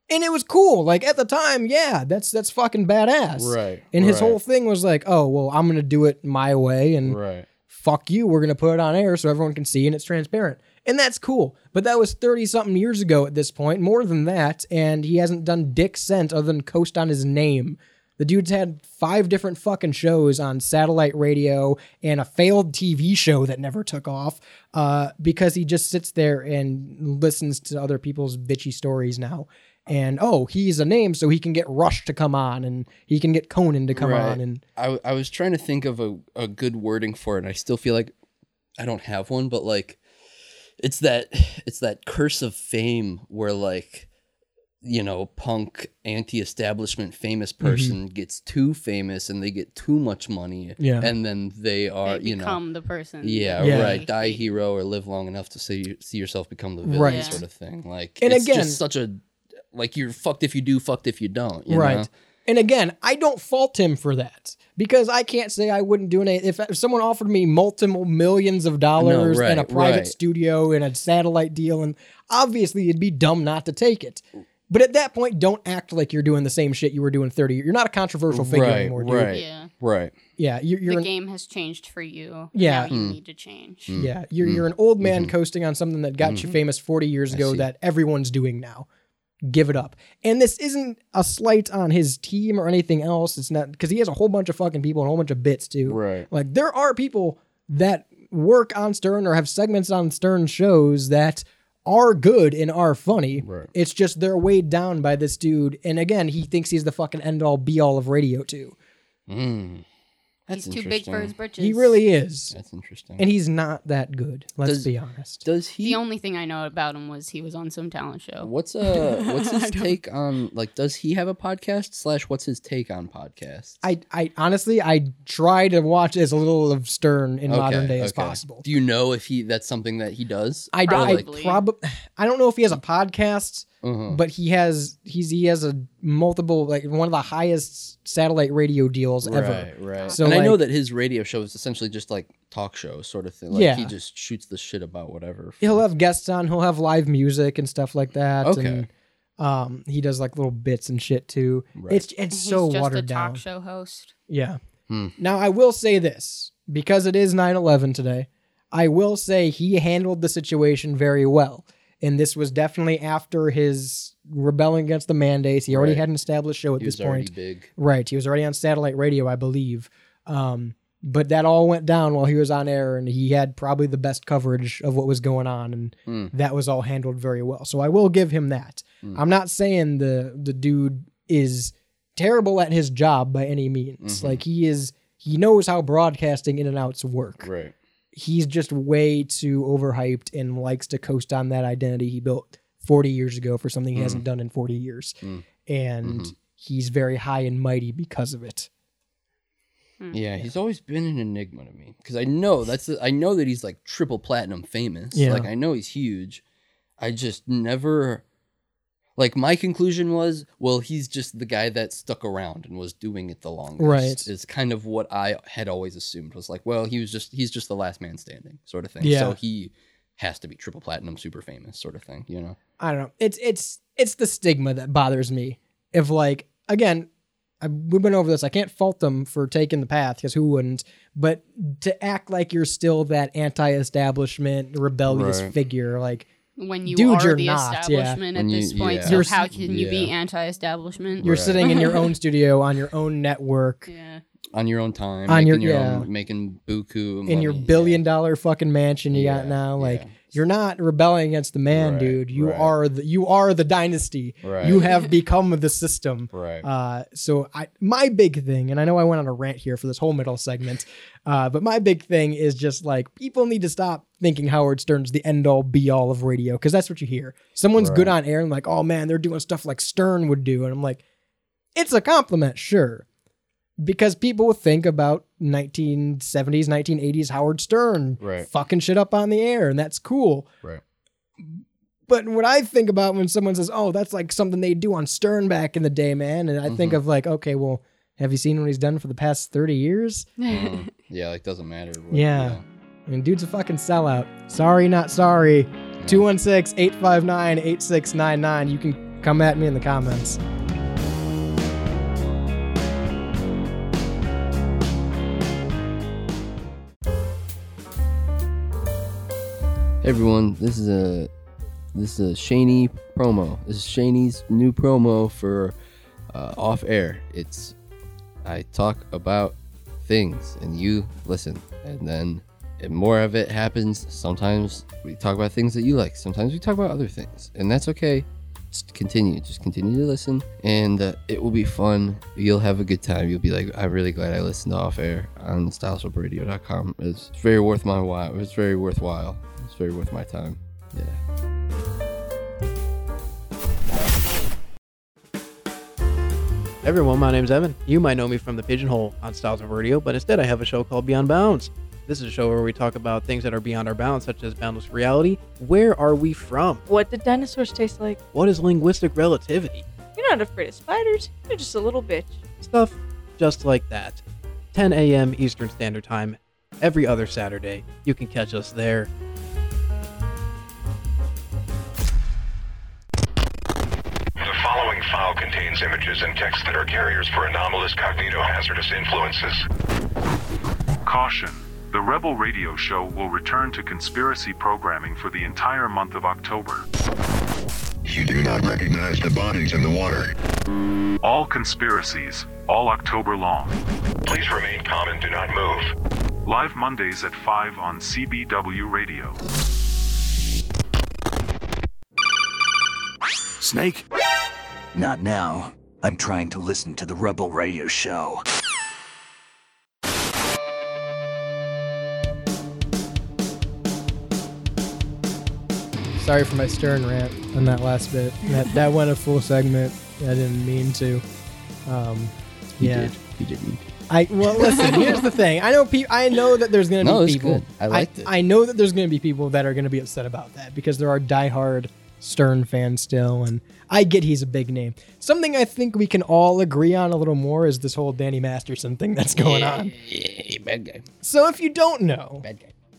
[SPEAKER 2] and it was cool. Like at the time, yeah, that's that's fucking badass.
[SPEAKER 3] Right,
[SPEAKER 2] And his
[SPEAKER 3] right.
[SPEAKER 2] whole thing was like, oh well, I'm gonna do it my way, and
[SPEAKER 3] Right.
[SPEAKER 2] fuck you, we're gonna put it on air so everyone can see and it's transparent. And that's cool. But that was thirty something years ago at this point, more than that, and he hasn't done dick cent other than coast on his name. The dude's had five different fucking shows on satellite radio and a failed TV show that never took off uh, because he just sits there and listens to other people's bitchy stories now. And oh, he's a name, so he can get Rush to come on and he can get Conan to come
[SPEAKER 3] Right.
[SPEAKER 2] on. And
[SPEAKER 3] I w- I was trying to think of a, a good wording for it and I still feel like I don't have one, but like it's that it's that curse of fame where like you know, punk anti-establishment famous person gets too famous and they get too much money
[SPEAKER 2] Yeah.
[SPEAKER 3] and then they are,
[SPEAKER 4] they
[SPEAKER 3] Uh, you know,
[SPEAKER 4] become the person.
[SPEAKER 3] yeah,
[SPEAKER 2] Yeah.
[SPEAKER 3] right, die a hero or live long enough to see you- see yourself become the villain
[SPEAKER 2] Right.
[SPEAKER 3] sort of thing. Like
[SPEAKER 2] And
[SPEAKER 3] it's
[SPEAKER 2] again-
[SPEAKER 3] just such a like you're fucked if you do, fucked if you don't, you
[SPEAKER 2] right.
[SPEAKER 3] know?
[SPEAKER 2] And again, I don't fault him for that because I can't say I wouldn't do it. If, if someone offered me multiple millions of dollars and a
[SPEAKER 3] right,
[SPEAKER 2] private
[SPEAKER 3] right.
[SPEAKER 2] studio and a satellite deal, and obviously it'd be dumb not to take it. But at that point, don't act like you're doing the same shit you were doing 30 years. You're not a controversial figure
[SPEAKER 3] Right,
[SPEAKER 2] anymore, dude.
[SPEAKER 3] right.
[SPEAKER 4] Yeah.
[SPEAKER 3] Right.
[SPEAKER 2] Yeah, you're, you're
[SPEAKER 4] the
[SPEAKER 2] an
[SPEAKER 4] game has changed for you.
[SPEAKER 2] Yeah.
[SPEAKER 4] Now you
[SPEAKER 3] Hmm.
[SPEAKER 4] need to change.
[SPEAKER 3] Mm-hmm.
[SPEAKER 2] Yeah, you're you're an old man coasting on something that got you famous 40 years ago that everyone's doing now. Give it up. And this isn't a slight on his team or anything else. It's not because he has a whole bunch of fucking people and a whole bunch of bits too.
[SPEAKER 3] Right.
[SPEAKER 2] Like there are people that work on Stern or have segments on Stern shows that are good and are funny.
[SPEAKER 3] Right.
[SPEAKER 2] It's just they're weighed down by this dude. And again, he thinks he's the fucking end all be all of radio too.
[SPEAKER 4] He's too big for his britches.
[SPEAKER 2] He really is.
[SPEAKER 3] That's interesting.
[SPEAKER 2] And he's not that good. Let's
[SPEAKER 3] Does-
[SPEAKER 2] be honest.
[SPEAKER 3] Does he?
[SPEAKER 4] The only thing I know about him was he was on some talent show.
[SPEAKER 3] what's uh? What's his take on like? Does he have a podcast slash? What's his take on podcasts?
[SPEAKER 2] I, I honestly I try to watch as little of Stern in modern day as
[SPEAKER 3] okay.
[SPEAKER 2] possible.
[SPEAKER 3] Do you know if he that's something that he does?
[SPEAKER 2] I,
[SPEAKER 3] Or,
[SPEAKER 2] I
[SPEAKER 3] like-
[SPEAKER 4] Probably.
[SPEAKER 2] prob- I don't know if he has a podcast.
[SPEAKER 3] Mm-hmm.
[SPEAKER 2] but he has he's he has a multiple like one of the highest satellite radio deals ever.
[SPEAKER 3] Right, right.
[SPEAKER 2] So
[SPEAKER 3] and I know
[SPEAKER 2] like-
[SPEAKER 3] that his radio show is essentially just like talk show sort of thing. Like he
[SPEAKER 2] Yeah.
[SPEAKER 3] just shoots the shit about whatever.
[SPEAKER 2] He'll have guests on. He'll have live music and stuff like that.
[SPEAKER 3] Okay.
[SPEAKER 2] And, um, he does like little bits and shit too.
[SPEAKER 3] Right.
[SPEAKER 2] It's it's so
[SPEAKER 4] He's just
[SPEAKER 2] watered
[SPEAKER 4] a talk
[SPEAKER 2] down.
[SPEAKER 4] show host.
[SPEAKER 2] Yeah.
[SPEAKER 3] Hmm.
[SPEAKER 2] Now I will say this because it is 9/11 today. I will say he handled the situation very well. And this was definitely after his rebelling against the mandates. He already
[SPEAKER 3] Right.
[SPEAKER 2] had an established show at
[SPEAKER 3] He
[SPEAKER 2] this
[SPEAKER 3] was already
[SPEAKER 2] point.
[SPEAKER 3] big.
[SPEAKER 2] Right. He was already on satellite radio, I believe. Um, but that all went down while he was on air, and he had probably the best coverage of what was going on, and
[SPEAKER 3] Hmm.
[SPEAKER 2] that was all handled very well. So I will give him that.
[SPEAKER 3] Hmm.
[SPEAKER 2] I'm not saying the the dude is terrible at his job by any means.
[SPEAKER 3] Mhm.
[SPEAKER 2] Like he is, he knows how broadcasting in and outs work.
[SPEAKER 3] Right.
[SPEAKER 2] He's just way too overhyped and likes to coast on that identity he built 40 years ago for something he hasn't done in 40 years,
[SPEAKER 3] Mm.
[SPEAKER 2] and he's very high and mighty because of it. Mm-hmm.
[SPEAKER 3] Yeah, he's always been an enigma to me because I know that's the, I know that he's like triple platinum famous.
[SPEAKER 2] Yeah.
[SPEAKER 3] Like I know he's huge. I just never like my conclusion was, well, he's just the guy that stuck around and was doing it the longest.
[SPEAKER 2] Right.
[SPEAKER 3] Is kind of what I had always assumed was like, well, he was just he's just the last man standing sort of thing. So
[SPEAKER 2] Yeah.
[SPEAKER 3] he has to be triple platinum, super famous sort of thing, you know.
[SPEAKER 2] I don't know. It's it's it's the stigma that bothers me. If like again, I, we've been over this. I can't fault them for taking the path because who wouldn't? But to act like you're still that anti-establishment rebellious
[SPEAKER 3] Right.
[SPEAKER 2] figure, like
[SPEAKER 4] When you
[SPEAKER 2] Dude,
[SPEAKER 4] are
[SPEAKER 2] you're
[SPEAKER 4] the
[SPEAKER 2] not, yeah.
[SPEAKER 4] establishment
[SPEAKER 3] When
[SPEAKER 4] at
[SPEAKER 3] you-
[SPEAKER 4] this point,
[SPEAKER 3] yeah.
[SPEAKER 4] so
[SPEAKER 2] You're s-
[SPEAKER 4] how can you be
[SPEAKER 3] yeah.
[SPEAKER 4] anti-establishment?
[SPEAKER 2] you're
[SPEAKER 3] Right.
[SPEAKER 2] sitting in your own studio on your own network
[SPEAKER 4] Yeah.
[SPEAKER 3] On your own time,
[SPEAKER 2] On your-
[SPEAKER 3] making own, making buku
[SPEAKER 2] in your billion-dollar fucking mansion you got
[SPEAKER 3] Yeah,
[SPEAKER 2] now, like.
[SPEAKER 3] yeah.
[SPEAKER 2] You're not rebelling against the man,
[SPEAKER 3] Right,
[SPEAKER 2] dude. You
[SPEAKER 3] right.
[SPEAKER 2] are the you are the dynasty.
[SPEAKER 3] Right.
[SPEAKER 2] You have become the system.
[SPEAKER 3] Right.
[SPEAKER 2] Uh, so I, my big thing, and I know I went on a rant here for this whole middle segment, uh, but my big thing is just like people need to stop thinking Howard Stern's the end all be all of radio because that's what you hear. Someone's good on air and like, oh man, they're doing stuff like Stern would do, and I'm like, it's a compliment, sure, because people will think about 1970s, 1980s Howard Stern
[SPEAKER 3] Right.
[SPEAKER 2] fucking shit up on the air, and that's cool.
[SPEAKER 3] Right.
[SPEAKER 2] But what I think about when someone says, "Oh, that's like something they do on Stern back in the day, man," and I think of like, okay, well, have you seen what he's done for the past thirty years?
[SPEAKER 3] Mm. yeah, like doesn't matter. what-
[SPEAKER 2] Yeah. I mean, dude's a fucking sellout. Sorry, not sorry. 216-859-8699. You can come at me in the comments.
[SPEAKER 3] Hey everyone, this is a this is a Shaney promo. This is Shaney's new promo for uh, off air. It's I talk about things and you listen, and then and more of it happens. Sometimes we talk about things that you like. Sometimes we talk about other things, and that's okay. Just continue, just continue to listen, and uh, it will be fun. You'll have a good time. You'll be like, I'm really glad I listened to off air on StyleSwapRadio.com. It's very worth my while. It's very worthwhile. It's very worth my time. Yeah.
[SPEAKER 9] Everyone, my name's Evan. You might know me from the Pigeonhole on Styles of Radio, but instead I have a show called Beyond Bounds. This is a show where we talk about things that are beyond our bounds, such as boundless reality. Where are we from?
[SPEAKER 11] What did dinosaurs taste like?
[SPEAKER 9] What is linguistic relativity?
[SPEAKER 11] You're not afraid of spiders. You're just a little bitch.
[SPEAKER 9] Stuff just like that. 10 a.m. Eastern Standard Time, every other Saturday. You can catch us there.
[SPEAKER 12] The following file contains images and text that are carriers for anomalous cognitohazardous influences.
[SPEAKER 13] Caution. The Rebel Radio Show will return to conspiracy programming for the entire month of October.
[SPEAKER 12] You do not recognize the bodies in the water.
[SPEAKER 13] All conspiracies, all October long.
[SPEAKER 12] Please remain calm and do not move.
[SPEAKER 13] Live Mondays at 5 on CBW Radio.
[SPEAKER 14] Snake? Not now. I'm trying to listen to the Rebel Radio Show.
[SPEAKER 2] Sorry for my Stern rant on that last bit. That that went a full segment. I didn't mean to. Um,
[SPEAKER 3] You
[SPEAKER 2] yeah.
[SPEAKER 3] did. You didn't.
[SPEAKER 2] I well listen. here's the thing. I know people. I know that there's gonna
[SPEAKER 3] No,
[SPEAKER 2] be
[SPEAKER 3] it's
[SPEAKER 2] people.
[SPEAKER 3] good. I liked it.
[SPEAKER 2] I know that there's gonna be people that are gonna be upset about that because there are diehard Stern fan still, and I get he's a big name. Something I think we can all agree on a little more is this whole Danny Masterson thing that's going on.
[SPEAKER 3] Yeah, bad guy.
[SPEAKER 2] So if you don't know,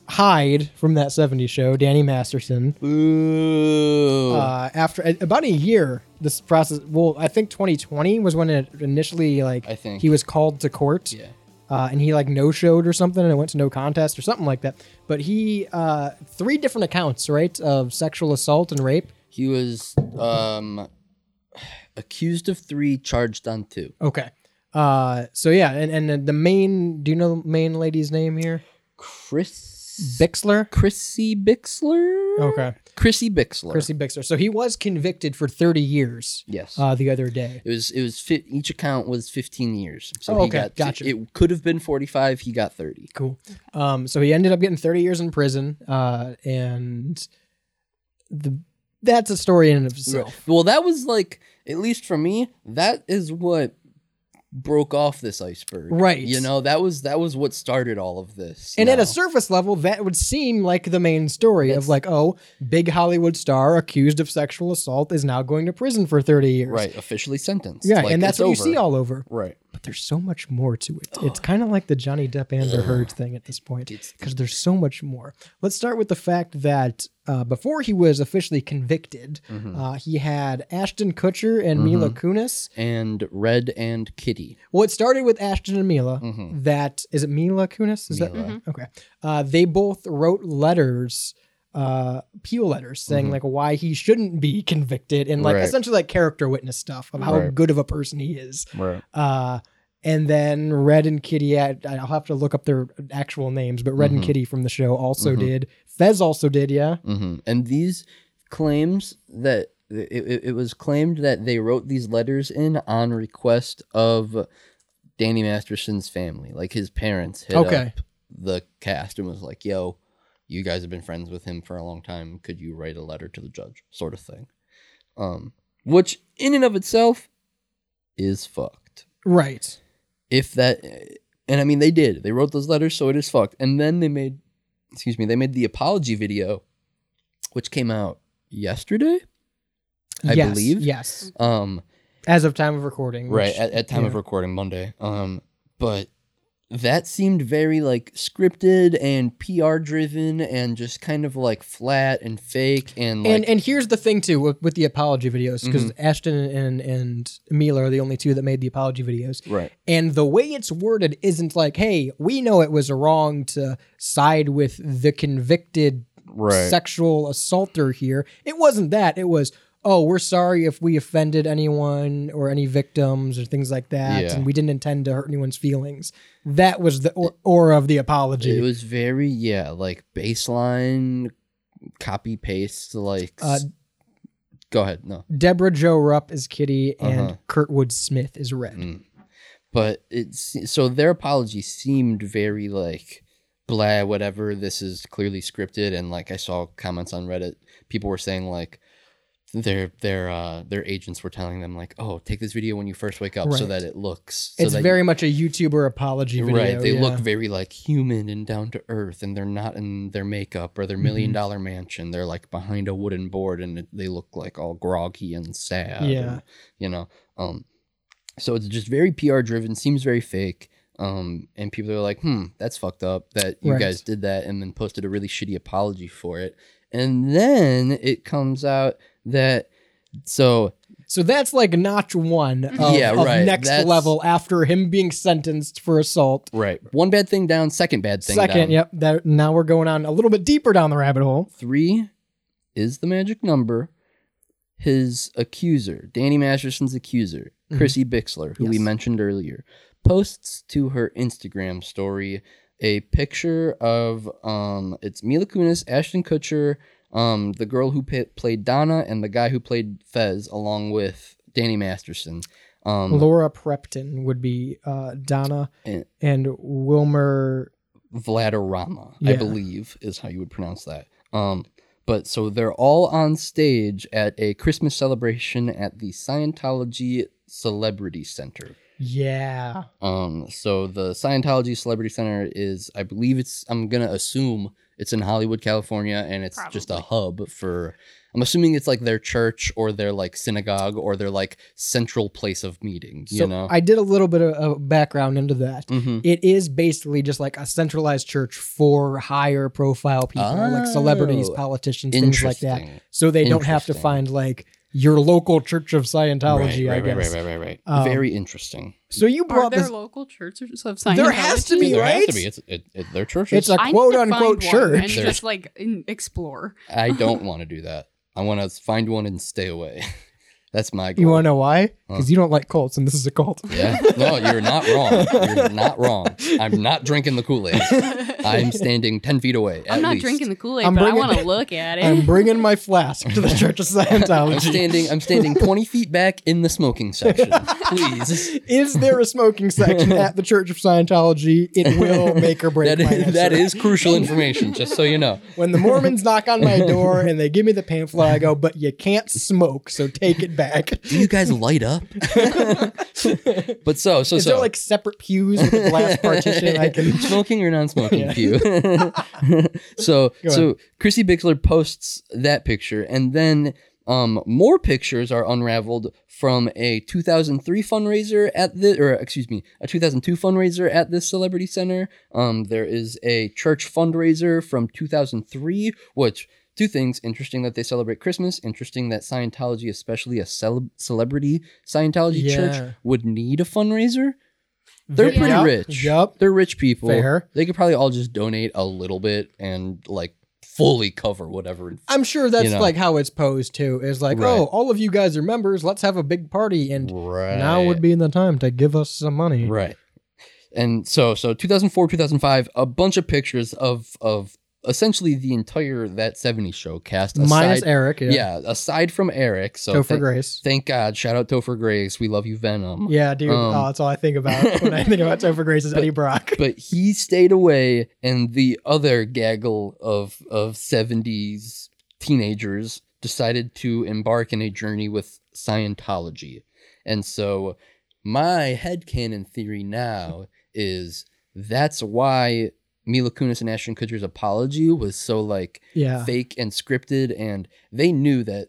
[SPEAKER 2] Hyde from that '70s show, Danny Masterson. Uh, after a- about a year, this process. Well, I think 2020 was when it initially like I
[SPEAKER 3] think.
[SPEAKER 2] he was called to court. Yeah. Uh, and he like no showed or something, and it went to no contest or something like that. But he uh, three different accounts, right, of sexual assault and rape.
[SPEAKER 3] He was um, accused of three, charged on two.
[SPEAKER 2] Okay. Uh, so yeah, and and the main, do you know the main lady's name here?
[SPEAKER 3] Chris
[SPEAKER 2] Bixler.
[SPEAKER 3] Chrissy Bixler.
[SPEAKER 2] Okay.
[SPEAKER 3] Chrissy Bixler.
[SPEAKER 2] Oh. Chrissy Bixler. So he was convicted for 30 years.
[SPEAKER 3] Yes.
[SPEAKER 2] Uh, the other day.
[SPEAKER 3] It was it was fi- each account was 15 years. So
[SPEAKER 2] Oh,
[SPEAKER 3] he
[SPEAKER 2] okay.
[SPEAKER 3] got
[SPEAKER 2] Gotcha.
[SPEAKER 3] it could have been 45, he got 30.
[SPEAKER 2] Cool. Um, so he ended up getting 30 years in prison. Uh, and the that's a story in and of itself.
[SPEAKER 3] Well, that was like at least for me, that is what broke off this iceberg.
[SPEAKER 2] Right.
[SPEAKER 3] You know, that was that was what started all of this.
[SPEAKER 2] And at a surface level, that would seem like the main story of like, oh, big Hollywood star accused of sexual assault is now going to prison for 30 years.
[SPEAKER 3] Right, officially sentenced.
[SPEAKER 2] Yeah,
[SPEAKER 3] Like,
[SPEAKER 2] and that's
[SPEAKER 3] it's
[SPEAKER 2] what you
[SPEAKER 3] over.
[SPEAKER 2] see all over.
[SPEAKER 3] Right.
[SPEAKER 2] But there's so much more to it. It's kind of like the Johnny Depp Amber Heard thing at this point, because there's so much more. Let's start with the fact that uh, before he was officially convicted,
[SPEAKER 3] Mhm.
[SPEAKER 2] uh, he had Ashton Kutcher and Mila
[SPEAKER 3] Mhm.
[SPEAKER 2] Kunis.
[SPEAKER 3] And Red and Kitty.
[SPEAKER 2] Well, it started with Ashton and Mila. That is it. Mila Kunis is
[SPEAKER 3] Mm-hmm. Mila.
[SPEAKER 2] that okay? Uh, they both wrote letters, uh, appeal letters, saying
[SPEAKER 3] Mhm.
[SPEAKER 2] like why he shouldn't be convicted and like
[SPEAKER 3] Right.
[SPEAKER 2] essentially like character witness stuff of how
[SPEAKER 3] Right.
[SPEAKER 2] good of a person he is.
[SPEAKER 3] Right.
[SPEAKER 2] Uh, and then Red and Kitty, I- I'll have to look up their actual names, but Red and
[SPEAKER 3] Mhm.
[SPEAKER 2] Kitty from the show also
[SPEAKER 3] Mhm.
[SPEAKER 2] did. Fez also did, yeah.
[SPEAKER 3] hmm And these claims that it, it, it was claimed that they wrote these letters in on request of Danny Masterson's family, like his parents. Hit
[SPEAKER 2] Okay.
[SPEAKER 3] Up the cast and was like, "Yo, you guys have been friends with him for a long time. Could you write a letter to the judge?" Sort of thing. Um, which in and of itself is fucked
[SPEAKER 2] Right.
[SPEAKER 3] if that and i mean they did they wrote those letters so it is fucked and then they made excuse me they made the apology video which came out yesterday i
[SPEAKER 2] Yes,
[SPEAKER 3] believe
[SPEAKER 2] yes.
[SPEAKER 3] um
[SPEAKER 2] As of time of recording.
[SPEAKER 3] right
[SPEAKER 2] which-
[SPEAKER 3] at, at time of
[SPEAKER 2] yeah.
[SPEAKER 3] recording monday um but that seemed very like scripted and pr driven and just kind of like flat and fake and like
[SPEAKER 2] and and here's the thing too with, with the apology videos because
[SPEAKER 3] Mhm.
[SPEAKER 2] Ashton and and Mila are the only two that made the apology videos.
[SPEAKER 3] right
[SPEAKER 2] And the way it's worded isn't like, "Hey, we know it was wrong to side with the convicted
[SPEAKER 3] Right.
[SPEAKER 2] sexual assaulter here." It wasn't that. It was, "Oh, we're sorry if we offended anyone or any victims or things like that,
[SPEAKER 3] Yeah.
[SPEAKER 2] and we didn't intend to hurt anyone's feelings." That was the or, aura of the apology.
[SPEAKER 3] It was very yeah, like baseline copy paste like
[SPEAKER 2] Uh,
[SPEAKER 3] s- Go ahead. No.
[SPEAKER 2] Deborah Joe Rupp is Kitty, and
[SPEAKER 3] Uh-huh.
[SPEAKER 2] Kurtwood Smith is Red.
[SPEAKER 3] But it's so their apology seemed very like blah whatever this is clearly scripted and like I saw comments on Reddit people were saying like their their uh their agents were telling them like oh take this video when you first wake up so
[SPEAKER 2] Right.
[SPEAKER 3] that it looks so
[SPEAKER 2] it's
[SPEAKER 3] that
[SPEAKER 2] very much a YouTuber apology video.
[SPEAKER 3] right they look
[SPEAKER 2] yeah.
[SPEAKER 3] very like human and down to earth and they're not in their makeup or their million
[SPEAKER 2] Mhm.
[SPEAKER 3] dollar mansion they're like behind a wooden board and it- they look like all groggy and sad
[SPEAKER 2] Yeah.
[SPEAKER 3] and, you know um so it's just very pr driven seems very fake um and people are like hmm that's fucked up that you
[SPEAKER 2] Right.
[SPEAKER 3] guys did that and then posted a really shitty apology for it and then it comes out that so
[SPEAKER 2] So that's like notch one of,
[SPEAKER 3] Mm-hmm. Yeah,
[SPEAKER 2] of
[SPEAKER 3] right,
[SPEAKER 2] next
[SPEAKER 3] that's-
[SPEAKER 2] level after him being sentenced for assault.
[SPEAKER 3] right one bad thing down second bad thing
[SPEAKER 2] Second,
[SPEAKER 3] down.
[SPEAKER 2] yep. That, now we're going on a little bit deeper down the rabbit hole.
[SPEAKER 3] three is the magic number. His accuser, Danny Masterson's accuser,
[SPEAKER 2] Mhm.
[SPEAKER 3] Chrissy Bixler, who we
[SPEAKER 2] Yes.
[SPEAKER 3] mentioned earlier, posts to her Instagram story a picture of um, it's Mila Kunis, Ashton Kutcher, um, the girl who pa- played Donna, and the guy who played Fez, along with Danny Masterson. Um,
[SPEAKER 2] Laura Prepton would be uh, Donna
[SPEAKER 3] and-
[SPEAKER 2] and Wilmer.
[SPEAKER 3] Vladarama, I
[SPEAKER 2] Yeah.
[SPEAKER 3] believe is how you would pronounce that. Um, but so they're all on stage at a Christmas celebration at the Scientology Celebrity Center.
[SPEAKER 2] Yeah.
[SPEAKER 3] Um, so the Scientology Celebrity Center is, I believe it's, I'm gonna assume It's in Hollywood, California, and it's just a hub for. I'm assuming it's like their church or their like synagogue or their like central place of meetings.
[SPEAKER 2] So
[SPEAKER 3] you know,
[SPEAKER 2] I did a little bit of of background into that.
[SPEAKER 3] Mhm.
[SPEAKER 2] It is basically just like a centralized church for higher profile people, like celebrities,
[SPEAKER 3] Oh,
[SPEAKER 2] politicians, things like that.
[SPEAKER 3] interesting.
[SPEAKER 2] So they don't have to
[SPEAKER 3] Interesting.
[SPEAKER 2] find like your local Church of Scientology.
[SPEAKER 3] Right,
[SPEAKER 2] I
[SPEAKER 3] right, right,
[SPEAKER 2] guess.
[SPEAKER 3] right, right, right.
[SPEAKER 2] Um,
[SPEAKER 3] Very interesting.
[SPEAKER 2] So you
[SPEAKER 4] Are
[SPEAKER 2] brought
[SPEAKER 4] there
[SPEAKER 2] this.
[SPEAKER 4] local churches of Scientology?
[SPEAKER 2] There has to be,
[SPEAKER 3] there
[SPEAKER 2] right?
[SPEAKER 3] has to be. It's it, it, their church.
[SPEAKER 2] It's
[SPEAKER 3] is-
[SPEAKER 2] a
[SPEAKER 4] I need to
[SPEAKER 2] quote
[SPEAKER 4] find
[SPEAKER 2] unquote
[SPEAKER 4] one
[SPEAKER 2] church.
[SPEAKER 4] and
[SPEAKER 3] There's-
[SPEAKER 4] just like in- explore.
[SPEAKER 3] I don't want to do that. I want to find one and stay away. That's my goal.
[SPEAKER 2] You want to know why?
[SPEAKER 3] Huh.
[SPEAKER 2] Because you don't like cults, and this is a cult.
[SPEAKER 3] Yeah. No, you're not wrong. You're not wrong. I'm not drinking the Kool Aid. I'm standing 10 feet away.
[SPEAKER 4] I'm
[SPEAKER 3] at
[SPEAKER 4] not
[SPEAKER 3] least.
[SPEAKER 4] drinking the Kool Aid,
[SPEAKER 2] I'm
[SPEAKER 4] but I
[SPEAKER 2] bringing-
[SPEAKER 4] want to look at it.
[SPEAKER 2] I'm bringing my flask to the Church of
[SPEAKER 3] I'm
[SPEAKER 2] Scientology.
[SPEAKER 3] standing. I'm standing 20 feet back in the smoking section. Please.
[SPEAKER 2] Is there a smoking section at the Church of Scientology? It will make or break
[SPEAKER 3] That
[SPEAKER 2] my
[SPEAKER 3] is, that
[SPEAKER 2] answer.
[SPEAKER 3] is crucial information, just so you know.
[SPEAKER 2] When the Mormons knock on my door and they give me the pamphlet, I go, "But you can't smoke, so take it back."
[SPEAKER 3] Do you guys light up? but so so
[SPEAKER 2] is
[SPEAKER 3] so
[SPEAKER 2] there like separate pews with a glass partition? I can.
[SPEAKER 3] smoking or non-smoking
[SPEAKER 2] Yeah.
[SPEAKER 3] pew. so
[SPEAKER 2] Go
[SPEAKER 3] so Chrissy Bixler posts that picture, and then um, more pictures are unraveled from a 2003 fundraiser at the, or excuse me, a 2002 fundraiser at this celebrity center. Um, there is a church fundraiser from 2003, which. Two things interesting that they celebrate Christmas, interesting that Scientology, especially a celeb celebrity Scientology
[SPEAKER 2] Yeah.
[SPEAKER 3] church, would need a fundraiser. They're
[SPEAKER 2] Yeah.
[SPEAKER 3] pretty
[SPEAKER 2] Yup,
[SPEAKER 3] rich.
[SPEAKER 2] yup.
[SPEAKER 3] They're rich people.
[SPEAKER 2] Fair.
[SPEAKER 3] They could probably all just donate a little bit and like fully cover whatever.
[SPEAKER 2] I'm sure that's
[SPEAKER 3] You know.
[SPEAKER 2] like how it's posed too. Is like,
[SPEAKER 3] Right.
[SPEAKER 2] oh, all of you guys are members. Let's have a big party, and now would be the time to give us some money.
[SPEAKER 3] Right. And so so 2004, 2005, a bunch of pictures of of essentially the entire that 70s show cast
[SPEAKER 2] Minus Eric, yeah.
[SPEAKER 3] aside from Eric. So
[SPEAKER 2] Topher
[SPEAKER 3] thank-
[SPEAKER 2] Grace.
[SPEAKER 3] Thank God. Shout out Topher Grace. We love you Venom.
[SPEAKER 2] Yeah, dude.
[SPEAKER 3] Um,
[SPEAKER 2] oh, that's all I think about when I think about Topher Grace is Eddie Brock.
[SPEAKER 3] but he stayed away and the other gaggle of of 70s teenagers decided to embark in a journey with Scientology. And so my headcanon theory now is that's why Mila Kunis and Ashton Kutcher's apology was so like
[SPEAKER 2] Yeah.
[SPEAKER 3] fake and scripted and they knew that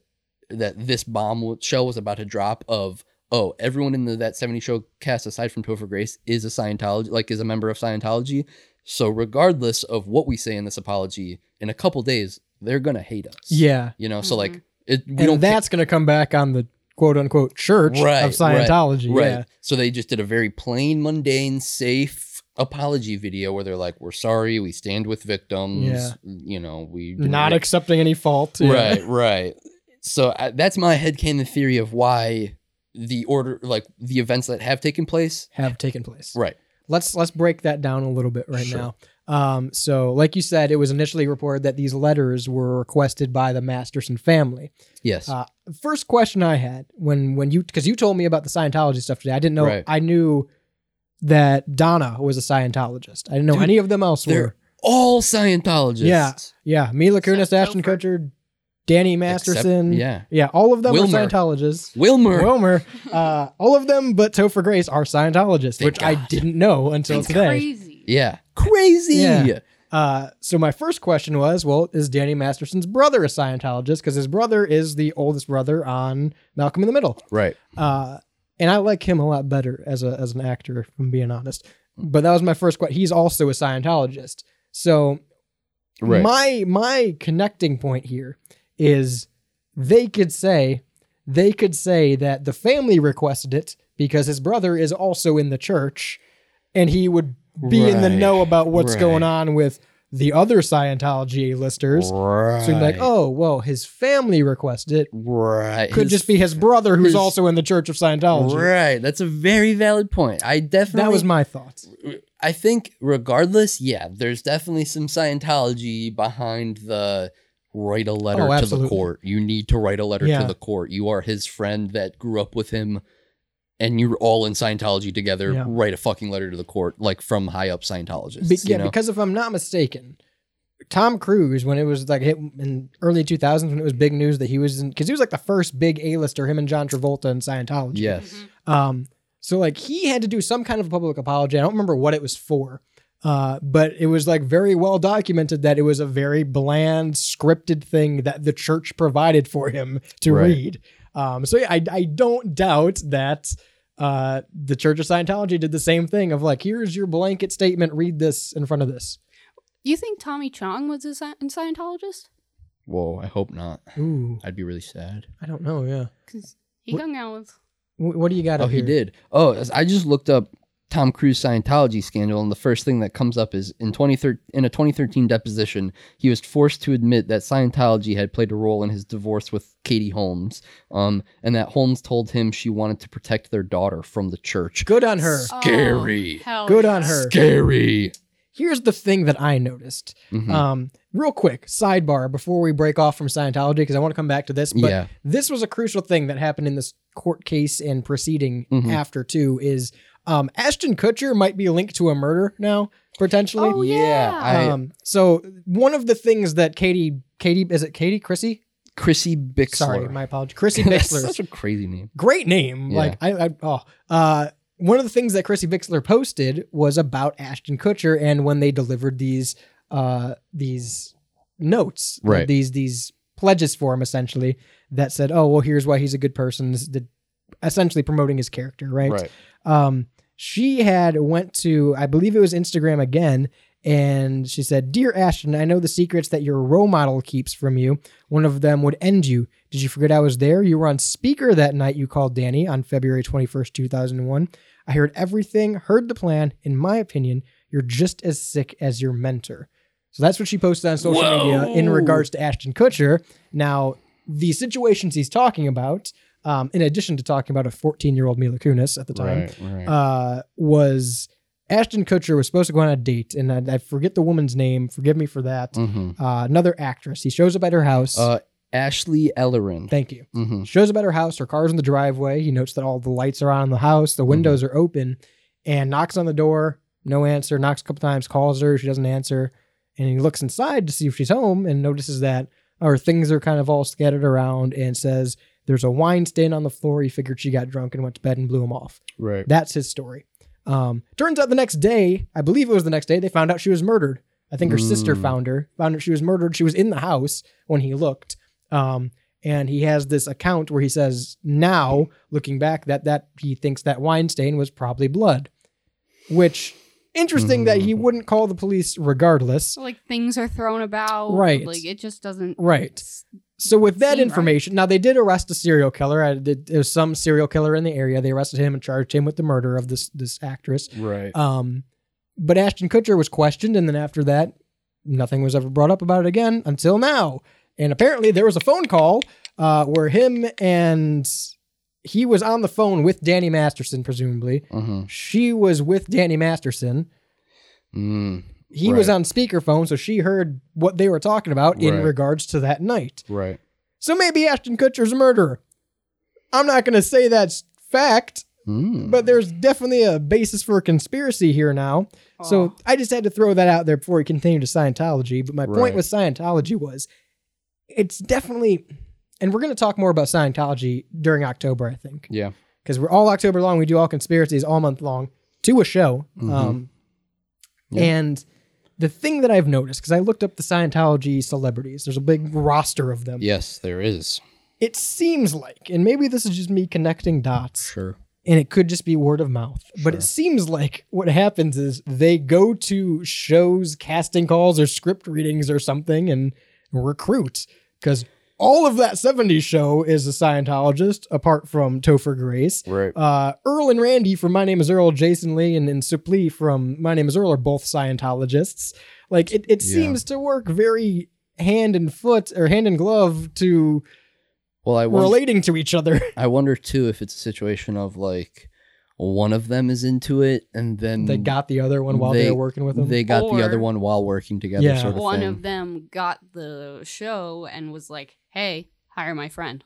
[SPEAKER 3] that this bomb w- shell was about to drop of oh everyone in the that 70 show cast aside from Topher Grace is a Scientology like is a member of Scientology so regardless of what we say in this apology in a couple days they're going to hate us
[SPEAKER 2] Yeah.
[SPEAKER 3] you know so like it, we
[SPEAKER 2] and
[SPEAKER 3] don't care-
[SPEAKER 2] that's going to come back on the quote unquote church of
[SPEAKER 3] right,
[SPEAKER 2] Scientology.
[SPEAKER 3] Right.
[SPEAKER 2] Yeah.
[SPEAKER 3] So they just did a very plain, mundane, safe apology video where they're like, "We're sorry. We stand with victims.
[SPEAKER 2] Yeah.
[SPEAKER 3] You know, we didn't
[SPEAKER 2] Not
[SPEAKER 3] really-
[SPEAKER 2] accepting any fault. yeah.
[SPEAKER 3] Right, right. So I, that's my headcanon theory of why the order, like the events that have taken place,
[SPEAKER 2] Have taken place.
[SPEAKER 3] right.
[SPEAKER 2] Let's let's break that down a little bit right
[SPEAKER 3] Sure.
[SPEAKER 2] now. Um, so, like you said, it was initially reported that these letters were requested by the Masterson family.
[SPEAKER 3] Yes.
[SPEAKER 2] Uh, first question I had when when you because you told me about the Scientology stuff today, I didn't know.
[SPEAKER 3] Right.
[SPEAKER 2] I knew that Donna was a Scientologist. I didn't know
[SPEAKER 3] Dude,
[SPEAKER 2] any of them else
[SPEAKER 3] They're
[SPEAKER 2] were.
[SPEAKER 3] all Scientologists.
[SPEAKER 2] Yeah, yeah. Mila Kunis, Ashton Kutcher, Danny Masterson.
[SPEAKER 3] yeah.
[SPEAKER 2] yeah. All of them
[SPEAKER 3] Wilmer.
[SPEAKER 2] are Scientologists.
[SPEAKER 3] Wilmer.
[SPEAKER 2] Wilmer. Uh, all of them, but Topher Grace are Scientologists, which I didn't know until today.
[SPEAKER 4] Crazy.
[SPEAKER 3] Yeah. Crazy.
[SPEAKER 2] Yeah. Uh, so my first question was, well, is Danny Masterson's brother a Scientologist? Because his brother is the oldest brother on Malcolm in the Middle.
[SPEAKER 3] Right.
[SPEAKER 2] Uh, and I like him a lot better as a as an actor, if I'm being honest. But that was my first question. He's also a Scientologist. So
[SPEAKER 3] Right.
[SPEAKER 2] my my connecting point here is they could say they could say that the family requested it because his brother is also in the church and he would be in the
[SPEAKER 3] Right.
[SPEAKER 2] know about what's
[SPEAKER 3] Right.
[SPEAKER 2] going on with the other Scientology listers. So you'd be like,
[SPEAKER 3] Right.
[SPEAKER 2] oh, well, his family requested it.
[SPEAKER 3] Right.
[SPEAKER 2] Could just be his brother who's
[SPEAKER 3] his-
[SPEAKER 2] also in the Church of Scientology.
[SPEAKER 3] Right. That's a very valid point. I definitely
[SPEAKER 2] That was my thoughts.
[SPEAKER 3] I think regardless, yeah, there's definitely some Scientology behind the write a letter
[SPEAKER 2] Oh,
[SPEAKER 3] to the
[SPEAKER 2] absolutely.
[SPEAKER 3] court. You need to write a letter
[SPEAKER 2] Yeah.
[SPEAKER 3] to the court. You are his friend that grew up with him and you're all in Scientology together.
[SPEAKER 2] Yeah.
[SPEAKER 3] Write a fucking letter to the court, like from high up Scientologists.
[SPEAKER 2] Be-
[SPEAKER 3] you
[SPEAKER 2] yeah,
[SPEAKER 3] know?
[SPEAKER 2] because if I'm not mistaken, Tom Cruise, when it was like hit in early 2000s, when it was big news that he was in, because he was like the first big A-lister, him and John Travolta in Scientology.
[SPEAKER 3] Yes.
[SPEAKER 2] Um, so like he had to do some kind of public apology. I don't remember what it was for. Uh, but it was like very well documented that it was a very bland scripted thing that the church provided for him to
[SPEAKER 15] Right.
[SPEAKER 2] read. Um, so yeah, I, I don't doubt that uh, the Church of Scientology did the same thing of like, here's your blanket statement, read this in front of this.
[SPEAKER 4] You think Tommy Chong was a sci- Scientologist?
[SPEAKER 3] Whoa, I hope not.
[SPEAKER 2] Ooh.
[SPEAKER 3] I'd be really sad.
[SPEAKER 2] I don't know. Yeah.
[SPEAKER 4] Because he
[SPEAKER 3] What-
[SPEAKER 4] hung out with.
[SPEAKER 2] Wh- What do you got?
[SPEAKER 3] Oh,
[SPEAKER 2] up
[SPEAKER 3] he
[SPEAKER 2] here?
[SPEAKER 3] did. Oh, as- I just looked up Tom Cruise Scientology scandal, and the first thing that comes up is in 2013, in a 2013 deposition, he was forced to admit that Scientology had played a role in his divorce with Katie Holmes, um, and that Holmes told him she wanted to protect their daughter from the church.
[SPEAKER 2] Good on her.
[SPEAKER 4] oh,
[SPEAKER 3] Scary.
[SPEAKER 2] Good on her.
[SPEAKER 3] Scary.
[SPEAKER 2] Here's the thing that I noticed.
[SPEAKER 3] Mhm.
[SPEAKER 2] Um, real quick, sidebar before we break off from Scientology, because I want to come back to this. But
[SPEAKER 3] Yeah.
[SPEAKER 2] this was a crucial thing that happened in this court case and proceeding
[SPEAKER 3] Mhm.
[SPEAKER 2] after too is um, Ashton Kutcher might be linked to a murder now potentially.
[SPEAKER 3] Oh, Yeah, yeah. I-
[SPEAKER 2] um, so one of the things that Katie, Katie, is it Katie Chrissy?
[SPEAKER 3] Chrissy Bixler.
[SPEAKER 2] Sorry, my apologies. Chrissy
[SPEAKER 3] That's
[SPEAKER 2] Bixler
[SPEAKER 3] such a crazy name.
[SPEAKER 2] great name.
[SPEAKER 3] Yeah.
[SPEAKER 2] Like I, I oh, uh, one of the things that Chrissy Bixler posted was about Ashton Kutcher and when they delivered these uh these notes, uh,
[SPEAKER 3] Right.
[SPEAKER 2] These these pledges for him essentially that said, oh well, here's why he's a good person. This is the- essentially promoting his character, right?
[SPEAKER 3] Right.
[SPEAKER 2] Um, she had went to I believe it was Instagram again. And she said, Dear Ashton, I know the secrets that your role model keeps from you. One of them would end you. Did you forget I was there? You were on speaker that night you called Danny on February 21st, 2001. I heard everything, heard the plan. In my opinion, you're just as sick as your mentor. So that's what she posted on social
[SPEAKER 15] Whoa.
[SPEAKER 2] media in regards to Ashton Kutcher. Now, the situations he's talking about, um, in addition to talking about a 14 year old Mila Kunis at the time,
[SPEAKER 3] Right, right.
[SPEAKER 2] Uh, was Ashton Kutcher was supposed to go on a date, and I, I forget the woman's name. Forgive me for that.
[SPEAKER 3] Mhm.
[SPEAKER 2] Uh, another actress. He shows up at her house.
[SPEAKER 3] Uh, Ashley Ellerin.
[SPEAKER 2] Thank you.
[SPEAKER 3] Mhm.
[SPEAKER 2] Shows up at her house. Her car's in the driveway. He notes that all the lights are on in the house, the windows are open, and knocks on the door. No answer. Knocks a couple times. Calls her. She doesn't answer. And he looks inside to see if she's home and notices that her things are kind of all scattered around and says there's a wine stain on the floor. He figured she got drunk and went to bed and blew him off.
[SPEAKER 3] Right.
[SPEAKER 2] That's his story. Um, turns out the next day, I believe it was the next day, they found out she was murdered. I think her sister
[SPEAKER 3] Mm.
[SPEAKER 2] found her, found out she was murdered. She was in the house when he looked. Um, and he has this account where he says now, looking back, that that he thinks that wine stain was probably blood, which interesting that he wouldn't call the police regardless.
[SPEAKER 4] So, like, things are thrown about.
[SPEAKER 2] Right.
[SPEAKER 4] Like, it just doesn't.
[SPEAKER 2] Right. So with that
[SPEAKER 4] Seem right.
[SPEAKER 2] information, now they did arrest a serial killer. I did, there was some serial killer in the area. They arrested him and charged him with the murder of this this actress.
[SPEAKER 3] Right.
[SPEAKER 2] Um, but Ashton Kutcher was questioned, and then after that, nothing was ever brought up about it again until now. And apparently, there was a phone call uh, where him and he was on the phone with Danny Masterson, presumably.
[SPEAKER 3] Mhm.
[SPEAKER 2] She was with Danny Masterson.
[SPEAKER 3] Mm,
[SPEAKER 2] He was
[SPEAKER 3] Right.
[SPEAKER 2] on speakerphone, so she heard what they were talking about in
[SPEAKER 3] Right.
[SPEAKER 2] regards to that night.
[SPEAKER 3] right.
[SPEAKER 2] So maybe Ashton Kutcher's a murderer. I'm not going to say that's fact,
[SPEAKER 3] Mm.
[SPEAKER 2] but there's definitely a basis for a conspiracy here now. So I just had to throw that out there before we continue to Scientology. But my
[SPEAKER 3] Right.
[SPEAKER 2] point with Scientology was it's definitely, and we're going to talk more about Scientology during October, I think,
[SPEAKER 3] Yeah.
[SPEAKER 2] because we're all October long. We do all conspiracies all month long to a show.
[SPEAKER 3] Mhm.
[SPEAKER 2] Um,
[SPEAKER 3] Yeah.
[SPEAKER 2] And the thing that I've noticed, because I looked up the Scientology celebrities, there's a big roster of them
[SPEAKER 3] Yes, there is.
[SPEAKER 2] it seems like, and maybe this is just me connecting dots,
[SPEAKER 3] Sure.
[SPEAKER 2] and it could just be word of mouth, but it seems like what happens is they go to shows, casting calls, or script readings or something and recruit because all of that 70s show is a Scientologist, apart from Topher Grace.
[SPEAKER 3] Right.
[SPEAKER 2] Uh, Earl and Randy from My Name is Earl, Jason Lee, and, and Suplee from My Name is Earl are both Scientologists. Like it, it
[SPEAKER 3] Yeah.
[SPEAKER 2] seems to work very hand and foot or hand and glove to
[SPEAKER 3] Well, I wonder,
[SPEAKER 2] relating to each other.
[SPEAKER 3] I wonder too if it's a situation of like one of them is into it and then
[SPEAKER 2] They got the other one while they, were working with them.
[SPEAKER 3] They got the other
[SPEAKER 4] Or-
[SPEAKER 3] one while working together.
[SPEAKER 2] Yeah.
[SPEAKER 3] Sort of
[SPEAKER 4] One
[SPEAKER 3] thing.
[SPEAKER 4] of them got the show and was like, hey, hire my friend.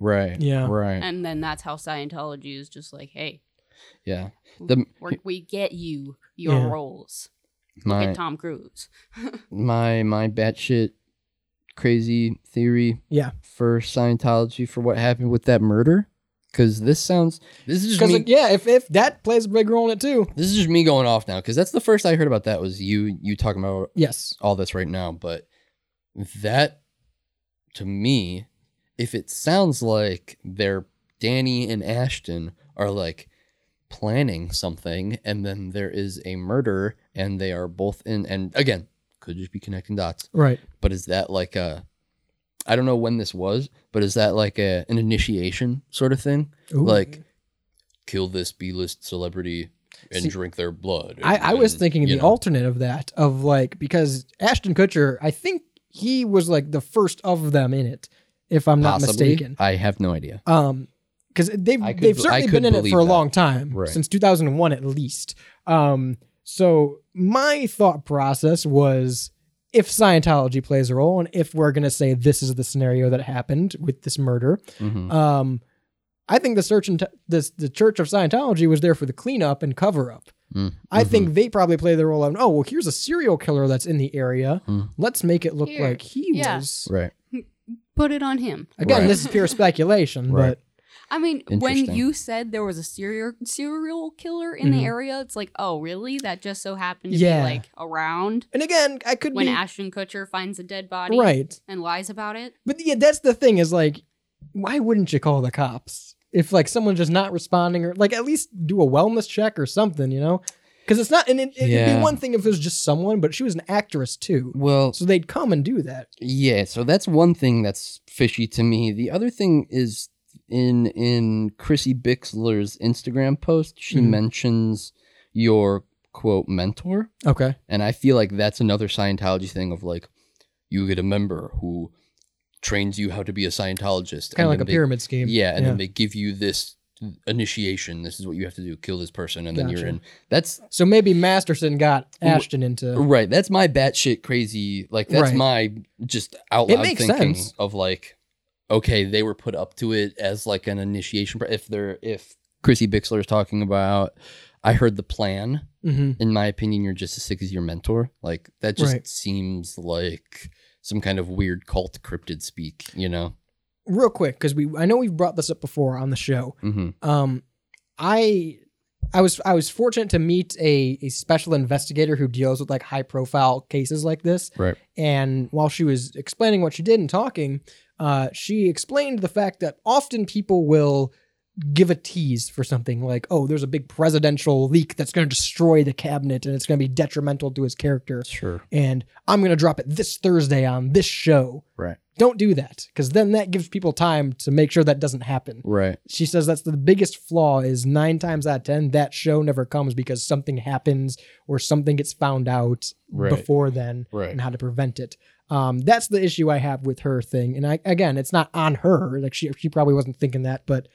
[SPEAKER 3] Right.
[SPEAKER 2] Yeah.
[SPEAKER 3] Right.
[SPEAKER 4] And then that's how Scientology is just like, hey,
[SPEAKER 3] yeah. The
[SPEAKER 4] we we get you your
[SPEAKER 3] Yeah.
[SPEAKER 4] roles. Look
[SPEAKER 3] my
[SPEAKER 4] at Tom Cruise.
[SPEAKER 3] my my batshit crazy theory.
[SPEAKER 2] Yeah.
[SPEAKER 3] For Scientology for what happened with that murder. because this sounds this is just
[SPEAKER 2] Because
[SPEAKER 3] me,
[SPEAKER 2] like, yeah, if if that plays a big role in it too.
[SPEAKER 3] this is just me going off now because that's the first I heard about that was you you talking about
[SPEAKER 2] Yes.
[SPEAKER 3] all this right now, but that to me, if it sounds like they're Danny and Ashton are like planning something, and then there is a murder, and they are both in, and again, could just be connecting dots,
[SPEAKER 2] Right.
[SPEAKER 3] But is that like a, I don't know when this was, but is that like a an initiation sort of thing,
[SPEAKER 2] Ooh.
[SPEAKER 3] like kill this B list celebrity and
[SPEAKER 2] See,
[SPEAKER 3] drink their blood?
[SPEAKER 2] I, I was
[SPEAKER 3] and,
[SPEAKER 2] thinking
[SPEAKER 3] you
[SPEAKER 2] the
[SPEAKER 3] know.
[SPEAKER 2] alternate of that of like because Ashton Kutcher, I think he was like the first of them in it, if I'm not
[SPEAKER 3] Possibly.
[SPEAKER 2] mistaken.
[SPEAKER 3] I have no idea.
[SPEAKER 2] Um, because they've
[SPEAKER 3] I could
[SPEAKER 2] they've
[SPEAKER 3] be-
[SPEAKER 2] certainly
[SPEAKER 3] I
[SPEAKER 2] been
[SPEAKER 3] could
[SPEAKER 2] in it
[SPEAKER 3] believe
[SPEAKER 2] for a
[SPEAKER 3] that.
[SPEAKER 2] long time,
[SPEAKER 3] Right.
[SPEAKER 2] since 2001 at least. Um, so my thought process was if Scientology plays a role, and if we're gonna say this is the scenario that happened with this murder,
[SPEAKER 3] Mhm.
[SPEAKER 2] um, I think the search and this the Church of Scientology was there for the cleanup and cover up.
[SPEAKER 3] Mm.
[SPEAKER 2] I think they probably play the role of, oh, well, here's a serial killer that's in the area.
[SPEAKER 3] Mm.
[SPEAKER 2] Let's make it look
[SPEAKER 4] Here.
[SPEAKER 2] like he
[SPEAKER 4] Yeah.
[SPEAKER 2] was.
[SPEAKER 3] Right.
[SPEAKER 4] Put it on him.
[SPEAKER 2] Again,
[SPEAKER 3] Right.
[SPEAKER 2] this is pure speculation,
[SPEAKER 3] Right.
[SPEAKER 4] I mean, when
[SPEAKER 3] Interesting.
[SPEAKER 4] you said there was a serial serial killer in
[SPEAKER 2] Mhm.
[SPEAKER 4] the area, it's like, oh, really? That just so happened to
[SPEAKER 2] Yeah.
[SPEAKER 4] be like around.
[SPEAKER 2] And again, I could
[SPEAKER 4] when
[SPEAKER 2] be-
[SPEAKER 4] Ashton Kutcher finds a dead body,
[SPEAKER 2] Right.
[SPEAKER 4] and lies about it.
[SPEAKER 2] but but yeah, that's the thing is like, why wouldn't you call the cops if like someone's just not responding or like at least do a wellness check or something, you know? Because it's not, and it, it'd
[SPEAKER 3] Yeah.
[SPEAKER 2] be one thing if it was just someone, but she was an actress too.
[SPEAKER 3] Well,
[SPEAKER 2] so they'd come and do that.
[SPEAKER 3] Yeah, so that's one thing that's fishy to me. The other thing is in in Chrissy Bixler's Instagram post, she
[SPEAKER 2] Mhm.
[SPEAKER 3] mentions your quote mentor.
[SPEAKER 2] Okay.
[SPEAKER 3] And I feel like that's another Scientology thing of like you get a member who trains you how to be a Scientologist. and
[SPEAKER 2] Kinda like
[SPEAKER 3] then
[SPEAKER 2] a pyramid scheme.
[SPEAKER 3] Yeah, and
[SPEAKER 2] Yeah.
[SPEAKER 3] then they give you this initiation. This is what you have to do, kill this person, and then you're
[SPEAKER 2] Gotcha.
[SPEAKER 3] in. That's
[SPEAKER 2] So maybe Masterson got
[SPEAKER 3] W-
[SPEAKER 2] Ashton into.
[SPEAKER 3] Right. That's my batshit crazy. Like that's
[SPEAKER 2] Right.
[SPEAKER 3] my just out
[SPEAKER 2] It
[SPEAKER 3] loud
[SPEAKER 2] makes
[SPEAKER 3] thinking
[SPEAKER 2] sense.
[SPEAKER 3] of like, okay, they were put up to it as like an initiation. pr- If they're if Chrissy Bixler is talking about, I heard the plan.
[SPEAKER 2] Mhm.
[SPEAKER 3] In my opinion, you're just as sick as your mentor. Like that just
[SPEAKER 2] Right.
[SPEAKER 3] seems like some kind of weird cult cryptid speak. You know.
[SPEAKER 2] Real quick, because we I know we've brought this up before on the show.
[SPEAKER 3] Mm-hmm.
[SPEAKER 2] um i i was i was fortunate to meet a, a special investigator who deals with like high profile cases like this
[SPEAKER 3] Right.
[SPEAKER 2] and while she was explaining what she did and talking uh she explained the fact that often people will give a tease for something like oh there's a big presidential leak that's going to destroy the cabinet and it's going to be detrimental to his character
[SPEAKER 3] Sure.
[SPEAKER 2] and i'm going to drop it this thursday on this show
[SPEAKER 3] Right.
[SPEAKER 2] don't do that because then that gives people time to make sure that doesn't happen
[SPEAKER 3] Right.
[SPEAKER 2] she says that's the biggest flaw is nine times out of ten that show never comes because something happens or something gets found out
[SPEAKER 3] Right.
[SPEAKER 2] before then
[SPEAKER 3] Right.
[SPEAKER 2] and how to prevent it um, that's the issue i have with her thing and I, again it's not on her like she, she probably wasn't thinking that but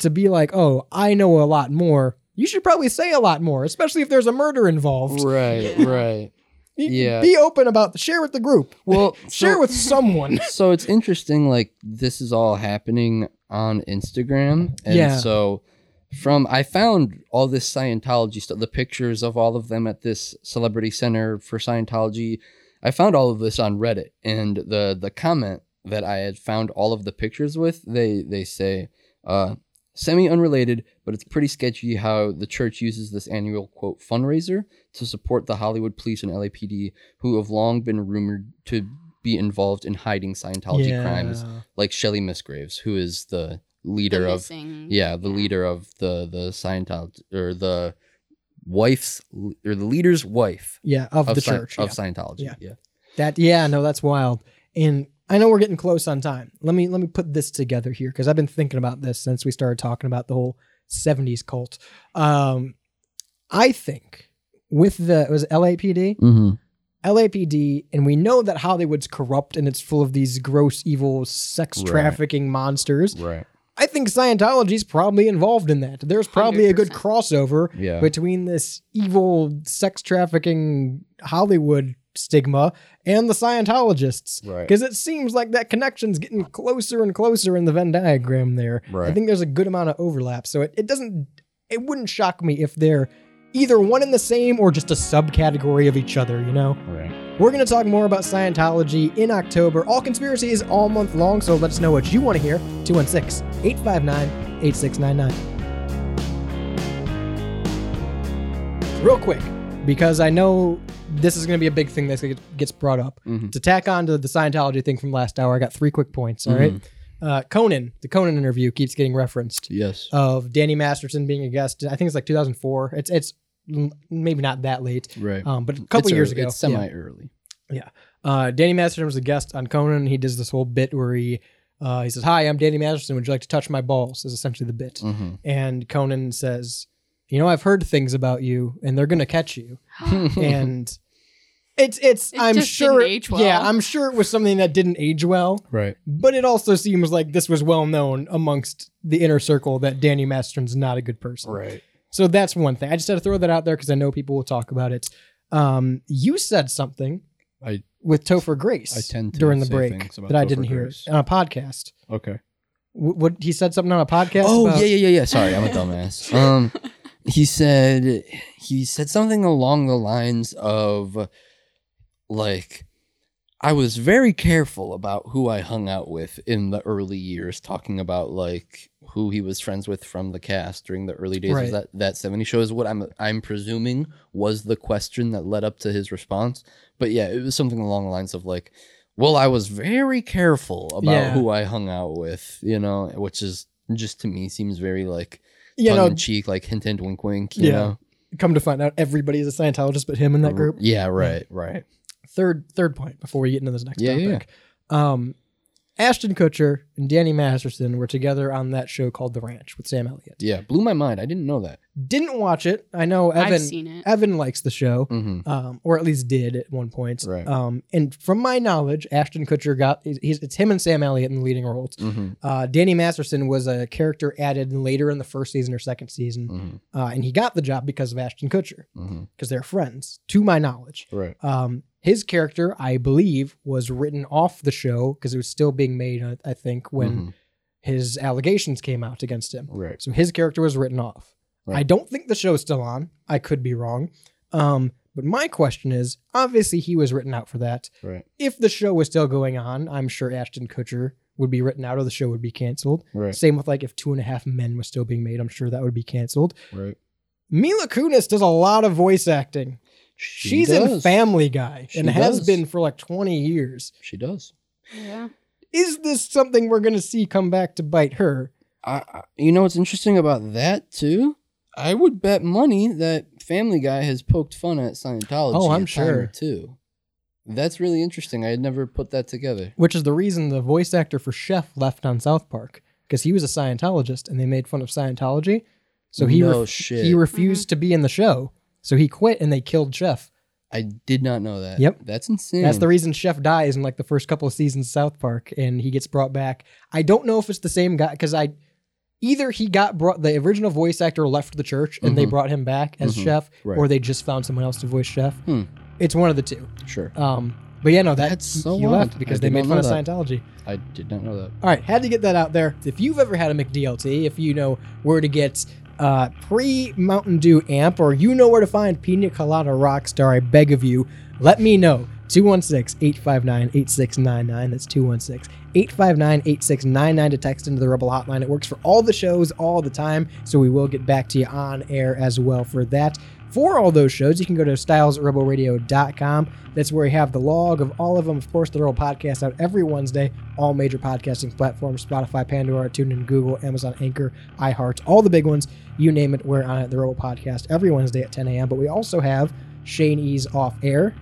[SPEAKER 2] to be like oh i know a lot more you should probably say a lot more especially if there's a murder involved
[SPEAKER 3] Right. Right.
[SPEAKER 2] You-
[SPEAKER 3] Yeah.
[SPEAKER 2] be open about share with the group
[SPEAKER 3] Well,
[SPEAKER 2] share
[SPEAKER 3] so-
[SPEAKER 2] with someone
[SPEAKER 3] so it's interesting like this is all happening on instagram and
[SPEAKER 2] Yeah.
[SPEAKER 3] so from i found all this scientology stuff the pictures of all of them at this celebrity center for scientology i found all of this on reddit and the the comment that i had found all of the pictures with they they say uh semi unrelated but it's pretty sketchy how the church uses this annual quote fundraiser to support the hollywood police and lapd who have long been rumored to be involved in hiding scientology crimes
[SPEAKER 2] Yeah.
[SPEAKER 3] like Shelley Misgraves, who is the leader
[SPEAKER 4] The
[SPEAKER 3] of
[SPEAKER 4] missing-
[SPEAKER 3] yeah, the leader of the the Scientology or the wife's or the leader's wife.
[SPEAKER 2] Yeah, of the
[SPEAKER 3] Sci-
[SPEAKER 2] church,
[SPEAKER 3] of
[SPEAKER 2] yeah.
[SPEAKER 3] Scientology.
[SPEAKER 2] Yeah.
[SPEAKER 3] Yeah.
[SPEAKER 2] That yeah, no, that's wild. And I know we're getting close on time. Let me let me put this together here because I've been thinking about this since we started talking about the whole '70s cult. Um, I think with the it was LAPD,
[SPEAKER 3] Mhm.
[SPEAKER 2] LAPD, and we know that Hollywood's corrupt and it's full of these gross, evil, sex
[SPEAKER 3] Right.
[SPEAKER 2] trafficking monsters.
[SPEAKER 3] Right.
[SPEAKER 2] I think Scientology's probably involved in that. There's probably a good crossover
[SPEAKER 3] Yeah.
[SPEAKER 2] between this evil sex trafficking Hollywood stigma and the Scientologists.
[SPEAKER 3] Right.
[SPEAKER 2] Because it seems like that connection's getting closer and closer in the Venn diagram there. I
[SPEAKER 3] Right.
[SPEAKER 2] think there's a good amount of overlap. So it, it doesn't it wouldn't shock me if they're either one and the same or just a subcategory of each other, you know?
[SPEAKER 3] Right.
[SPEAKER 2] We're going to talk more about Scientology in October. All Conspiracy is all month long, so let us know what you want to hear. 216 859 8699. Real quick, because I know this is going to be a big thing that gets brought up.
[SPEAKER 3] Mm-hmm.
[SPEAKER 2] To tack on to the Scientology thing from last hour, I got three quick points. All right,
[SPEAKER 3] Mhm.
[SPEAKER 2] Uh, Conan, the Conan interview keeps getting referenced
[SPEAKER 3] Yes.
[SPEAKER 2] of Danny Masterson being a guest. I think it's like 2004. It's it's m- maybe not that late,
[SPEAKER 3] Right.
[SPEAKER 2] Um, but a couple
[SPEAKER 3] It's
[SPEAKER 2] years
[SPEAKER 3] early-
[SPEAKER 2] ago,
[SPEAKER 3] It's
[SPEAKER 2] Yeah.
[SPEAKER 3] semi early.
[SPEAKER 2] Yeah. Uh, Danny Masterson was a guest on Conan. He does this whole bit where he uh, he says, "Hi, I'm Danny Masterson. Would you like to touch my balls?" Is essentially the bit.
[SPEAKER 3] Mhm.
[SPEAKER 2] And Conan says, "You know, I've heard things about you, and they're gonna catch you." and it's it's
[SPEAKER 4] It
[SPEAKER 2] I'm
[SPEAKER 4] just
[SPEAKER 2] sure
[SPEAKER 4] didn't age well.
[SPEAKER 2] yeah I'm sure it was something that didn't age well.
[SPEAKER 3] Right.
[SPEAKER 2] But it also seems like this was well known amongst the inner circle that Danny Masterson's not a good person.
[SPEAKER 3] Right.
[SPEAKER 2] So that's one thing. I just had to throw that out there because I know people will talk about it. Um, you said something
[SPEAKER 3] I
[SPEAKER 2] with Topher Grace
[SPEAKER 3] I tend to
[SPEAKER 2] during the
[SPEAKER 3] say
[SPEAKER 2] break
[SPEAKER 3] things about
[SPEAKER 2] that I
[SPEAKER 3] Topher
[SPEAKER 2] didn't hear
[SPEAKER 3] Grace.
[SPEAKER 2] on a podcast.
[SPEAKER 3] Okay.
[SPEAKER 2] Wh- What he said something on a podcast?
[SPEAKER 3] Oh
[SPEAKER 2] about-
[SPEAKER 3] yeah, yeah, yeah, yeah. Sorry, I'm a dumbass. Um, he said he said something along the lines of like I was very careful about who I hung out with in the early years, talking about like who he was friends with from the cast during the early days
[SPEAKER 2] Right.
[SPEAKER 3] of that, that 70 show is what I'm I'm presuming was the question that led up to his response. But yeah, it was something along the lines of like, well, I was very careful about
[SPEAKER 2] Yeah.
[SPEAKER 3] who I hung out with, you know, which is just to me seems very like
[SPEAKER 2] You know-
[SPEAKER 3] tongue in cheek, like hint hint wink wink, you
[SPEAKER 2] Yeah.
[SPEAKER 3] know?
[SPEAKER 2] Come to find out, everybody is a Scientologist, but him in that group.
[SPEAKER 3] Yeah, right, right.
[SPEAKER 2] Third third point before we get into this next
[SPEAKER 3] Yeah, yeah,
[SPEAKER 2] topic. Um, Ashton Kutcher and Danny Masterson were together on that show called The Ranch with Sam Elliott.
[SPEAKER 3] Yeah. Blew my mind. I didn't know that.
[SPEAKER 2] Didn't watch it. I know
[SPEAKER 4] I've
[SPEAKER 2] Evan.
[SPEAKER 4] seen it.
[SPEAKER 2] Evan likes the show,
[SPEAKER 3] Mhm.
[SPEAKER 2] um, or at least did at one point.
[SPEAKER 3] Right.
[SPEAKER 2] Um, and from my knowledge, Ashton Kutcher got he's, it's him and Sam Elliott in the leading roles.
[SPEAKER 3] Mhm.
[SPEAKER 2] Uh, Danny Masterson was a character added later in the first season or second season,
[SPEAKER 3] Mm-hmm.
[SPEAKER 2] uh, and he got the job because of Ashton Kutcher
[SPEAKER 3] Mhm.
[SPEAKER 2] because they're friends, to my knowledge.
[SPEAKER 3] Right.
[SPEAKER 2] Um, his character, I believe, was written off the show because it was still being made. I- I think when
[SPEAKER 3] Mm-hmm.
[SPEAKER 2] his allegations came out against him.
[SPEAKER 3] Right.
[SPEAKER 2] So his character was written off. I don't think the show's still on. I could be wrong. Um, but my question is obviously he was written out for that.
[SPEAKER 3] Right.
[SPEAKER 2] If the show was still going on, I'm sure Ashton Kutcher would be written out or the show would be canceled.
[SPEAKER 3] Right.
[SPEAKER 2] Same with like if Two and a Half Men was still being made, I'm sure that would be canceled.
[SPEAKER 3] Right.
[SPEAKER 2] Mila Kunis does a lot of voice acting. She's in
[SPEAKER 3] does.
[SPEAKER 2] Family Guy
[SPEAKER 3] She
[SPEAKER 2] and has
[SPEAKER 3] does.
[SPEAKER 2] been for like 20 years.
[SPEAKER 3] She does.
[SPEAKER 4] Yeah.
[SPEAKER 2] Is this something we're going to see come back to bite her?
[SPEAKER 3] I, I you know what's interesting about that too? I would bet money that Family Guy has poked fun at Scientology.
[SPEAKER 2] Oh, I'm
[SPEAKER 3] a time or
[SPEAKER 2] sure.
[SPEAKER 3] two. That's really interesting. I had never put that together.
[SPEAKER 2] which is the reason the voice actor for Chef left on South Park because he was a Scientologist and they made fun of Scientology. So he
[SPEAKER 3] No
[SPEAKER 2] ref-
[SPEAKER 3] shit.
[SPEAKER 2] he refused to be in the show. So he quit and they killed Chef.
[SPEAKER 3] I did not know that.
[SPEAKER 2] Yep.
[SPEAKER 3] That's insane.
[SPEAKER 2] That's the reason Chef dies in like the first couple of seasons of South Park and he gets brought back. I don't know if it's the same guy because I either he got brought the original voice actor left the church and they
[SPEAKER 3] Mhm.
[SPEAKER 2] brought him back as
[SPEAKER 3] Mhm.
[SPEAKER 2] Chef
[SPEAKER 3] Right.
[SPEAKER 2] or they just found someone else to voice Chef.
[SPEAKER 3] Hmm.
[SPEAKER 2] It's one of the two.
[SPEAKER 3] Sure.
[SPEAKER 2] Um, but yeah, no, that,
[SPEAKER 3] That's so
[SPEAKER 2] he
[SPEAKER 3] odd.
[SPEAKER 2] left
[SPEAKER 3] I
[SPEAKER 2] because
[SPEAKER 3] did
[SPEAKER 2] they
[SPEAKER 3] not
[SPEAKER 2] made fun of
[SPEAKER 3] know that.
[SPEAKER 2] Scientology.
[SPEAKER 3] I did not know that.
[SPEAKER 2] All right, had to get that out there. If you've ever had a McDLT, if you know where to get uh, pre Mountain Dew amp, or you know where to find Pina Colada Rockstar, I beg of you, let me know. 216 859 8699. That's 216 859 8699 to text into the Rebel Hotline. It works for all the shows all the time, so we will get back to you on air as well for that. For all those shows, you can go to stylesrebelradio.com. That's where we have the log of all of them. Of course, the Rebel Podcast out every Wednesday. All major podcasting platforms: Spotify, Pandora, TuneIn, Google, Amazon, Anchor, iHeart, all the big ones. You name it, we're on it. The Rebel Podcast every Wednesday at 10 a.m. But we also have Shane E's off air,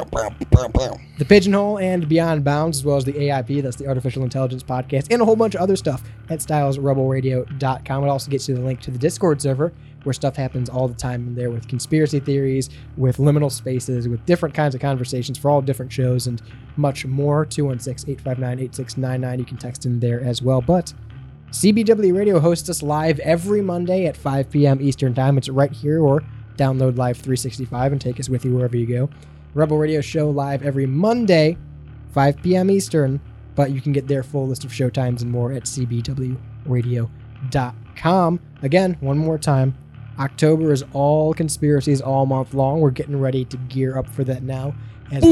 [SPEAKER 2] the Pigeonhole, and Beyond Bounds, as well as the AIP. That's the Artificial Intelligence Podcast, and a whole bunch of other stuff at StylesRebelRadio.com. It also gets you the link to the Discord server where stuff happens all the time in there with conspiracy theories, with liminal spaces, with different kinds of conversations for all different shows and much more. 216 859 8699. You can text in there as well. But CBW Radio hosts us live every Monday at 5 p.m. Eastern Time. It's right here, or download Live 365 and take us with you wherever you go. Rebel Radio Show live every Monday, 5 p.m. Eastern, but you can get their full list of show times and more at cbwradio.com. Again, one more time. October is all conspiracies all month long. We're getting ready to gear up for that now. As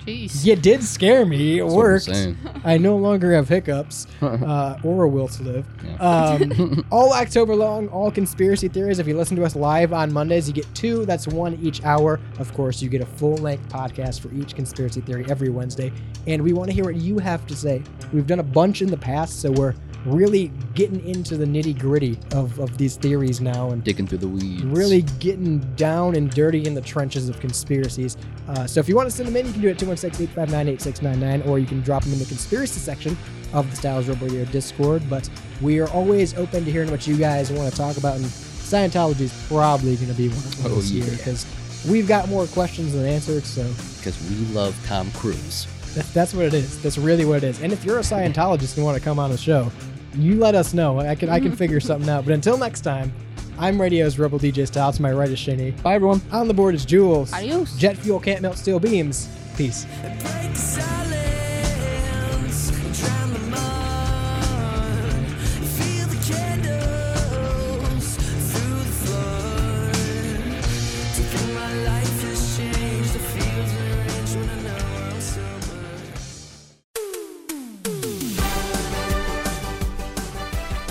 [SPEAKER 4] Jeez.
[SPEAKER 2] You did scare me. It
[SPEAKER 3] That's what I'm
[SPEAKER 2] worked.
[SPEAKER 3] saying.
[SPEAKER 2] I no longer have hiccups uh, or a will to live. Um, all October long, all conspiracy theories. If you listen to us live on Mondays, you get two. That's one each hour. Of course, you get a full length podcast for each conspiracy theory every Wednesday. And we want to hear what you have to say. We've done a bunch in the past, so we're really getting into the nitty gritty of, of these theories now. And
[SPEAKER 3] Digging through the weeds.
[SPEAKER 2] really getting down and dirty in the trenches of conspiracies. Uh, so if you want to send them in, you can do it at 216 859 8699, or you can drop them in the conspiracy section of the Styles Rebel Radio Discord. But we are always open to hearing what you guys want to talk about, and Scientology is probably going to be one of them
[SPEAKER 3] Oh,
[SPEAKER 2] this
[SPEAKER 3] yeah.
[SPEAKER 2] because we've got more questions than answers. So
[SPEAKER 3] Because we love Tom Cruise.
[SPEAKER 2] that, that's what it is. That's really what it is. And if you're a Scientologist and want to come on the show, you let us know. I can I can figure something out. But until next time, I'm Radio's Rebel DJ Style. To my right is Shinny.
[SPEAKER 3] Bye, everyone.
[SPEAKER 2] On the board is Jules.
[SPEAKER 4] Adios.
[SPEAKER 2] Jet fuel can't melt steel beams. Peace.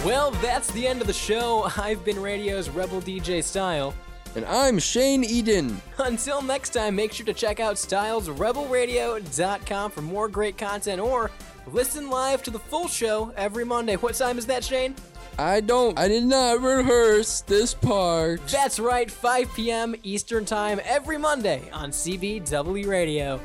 [SPEAKER 15] Well, that's the end of the show. I've been Radio's Rebel DJ Style.
[SPEAKER 3] And I'm Shane Eden.
[SPEAKER 15] Until next time, make sure to check out stylesrebelradio.com for more great content or listen live to the full show every Monday. What time is that, Shane?
[SPEAKER 3] I don't, I did not rehearse this part.
[SPEAKER 15] That's right, 5 p.m. Eastern Time every Monday on CBW Radio.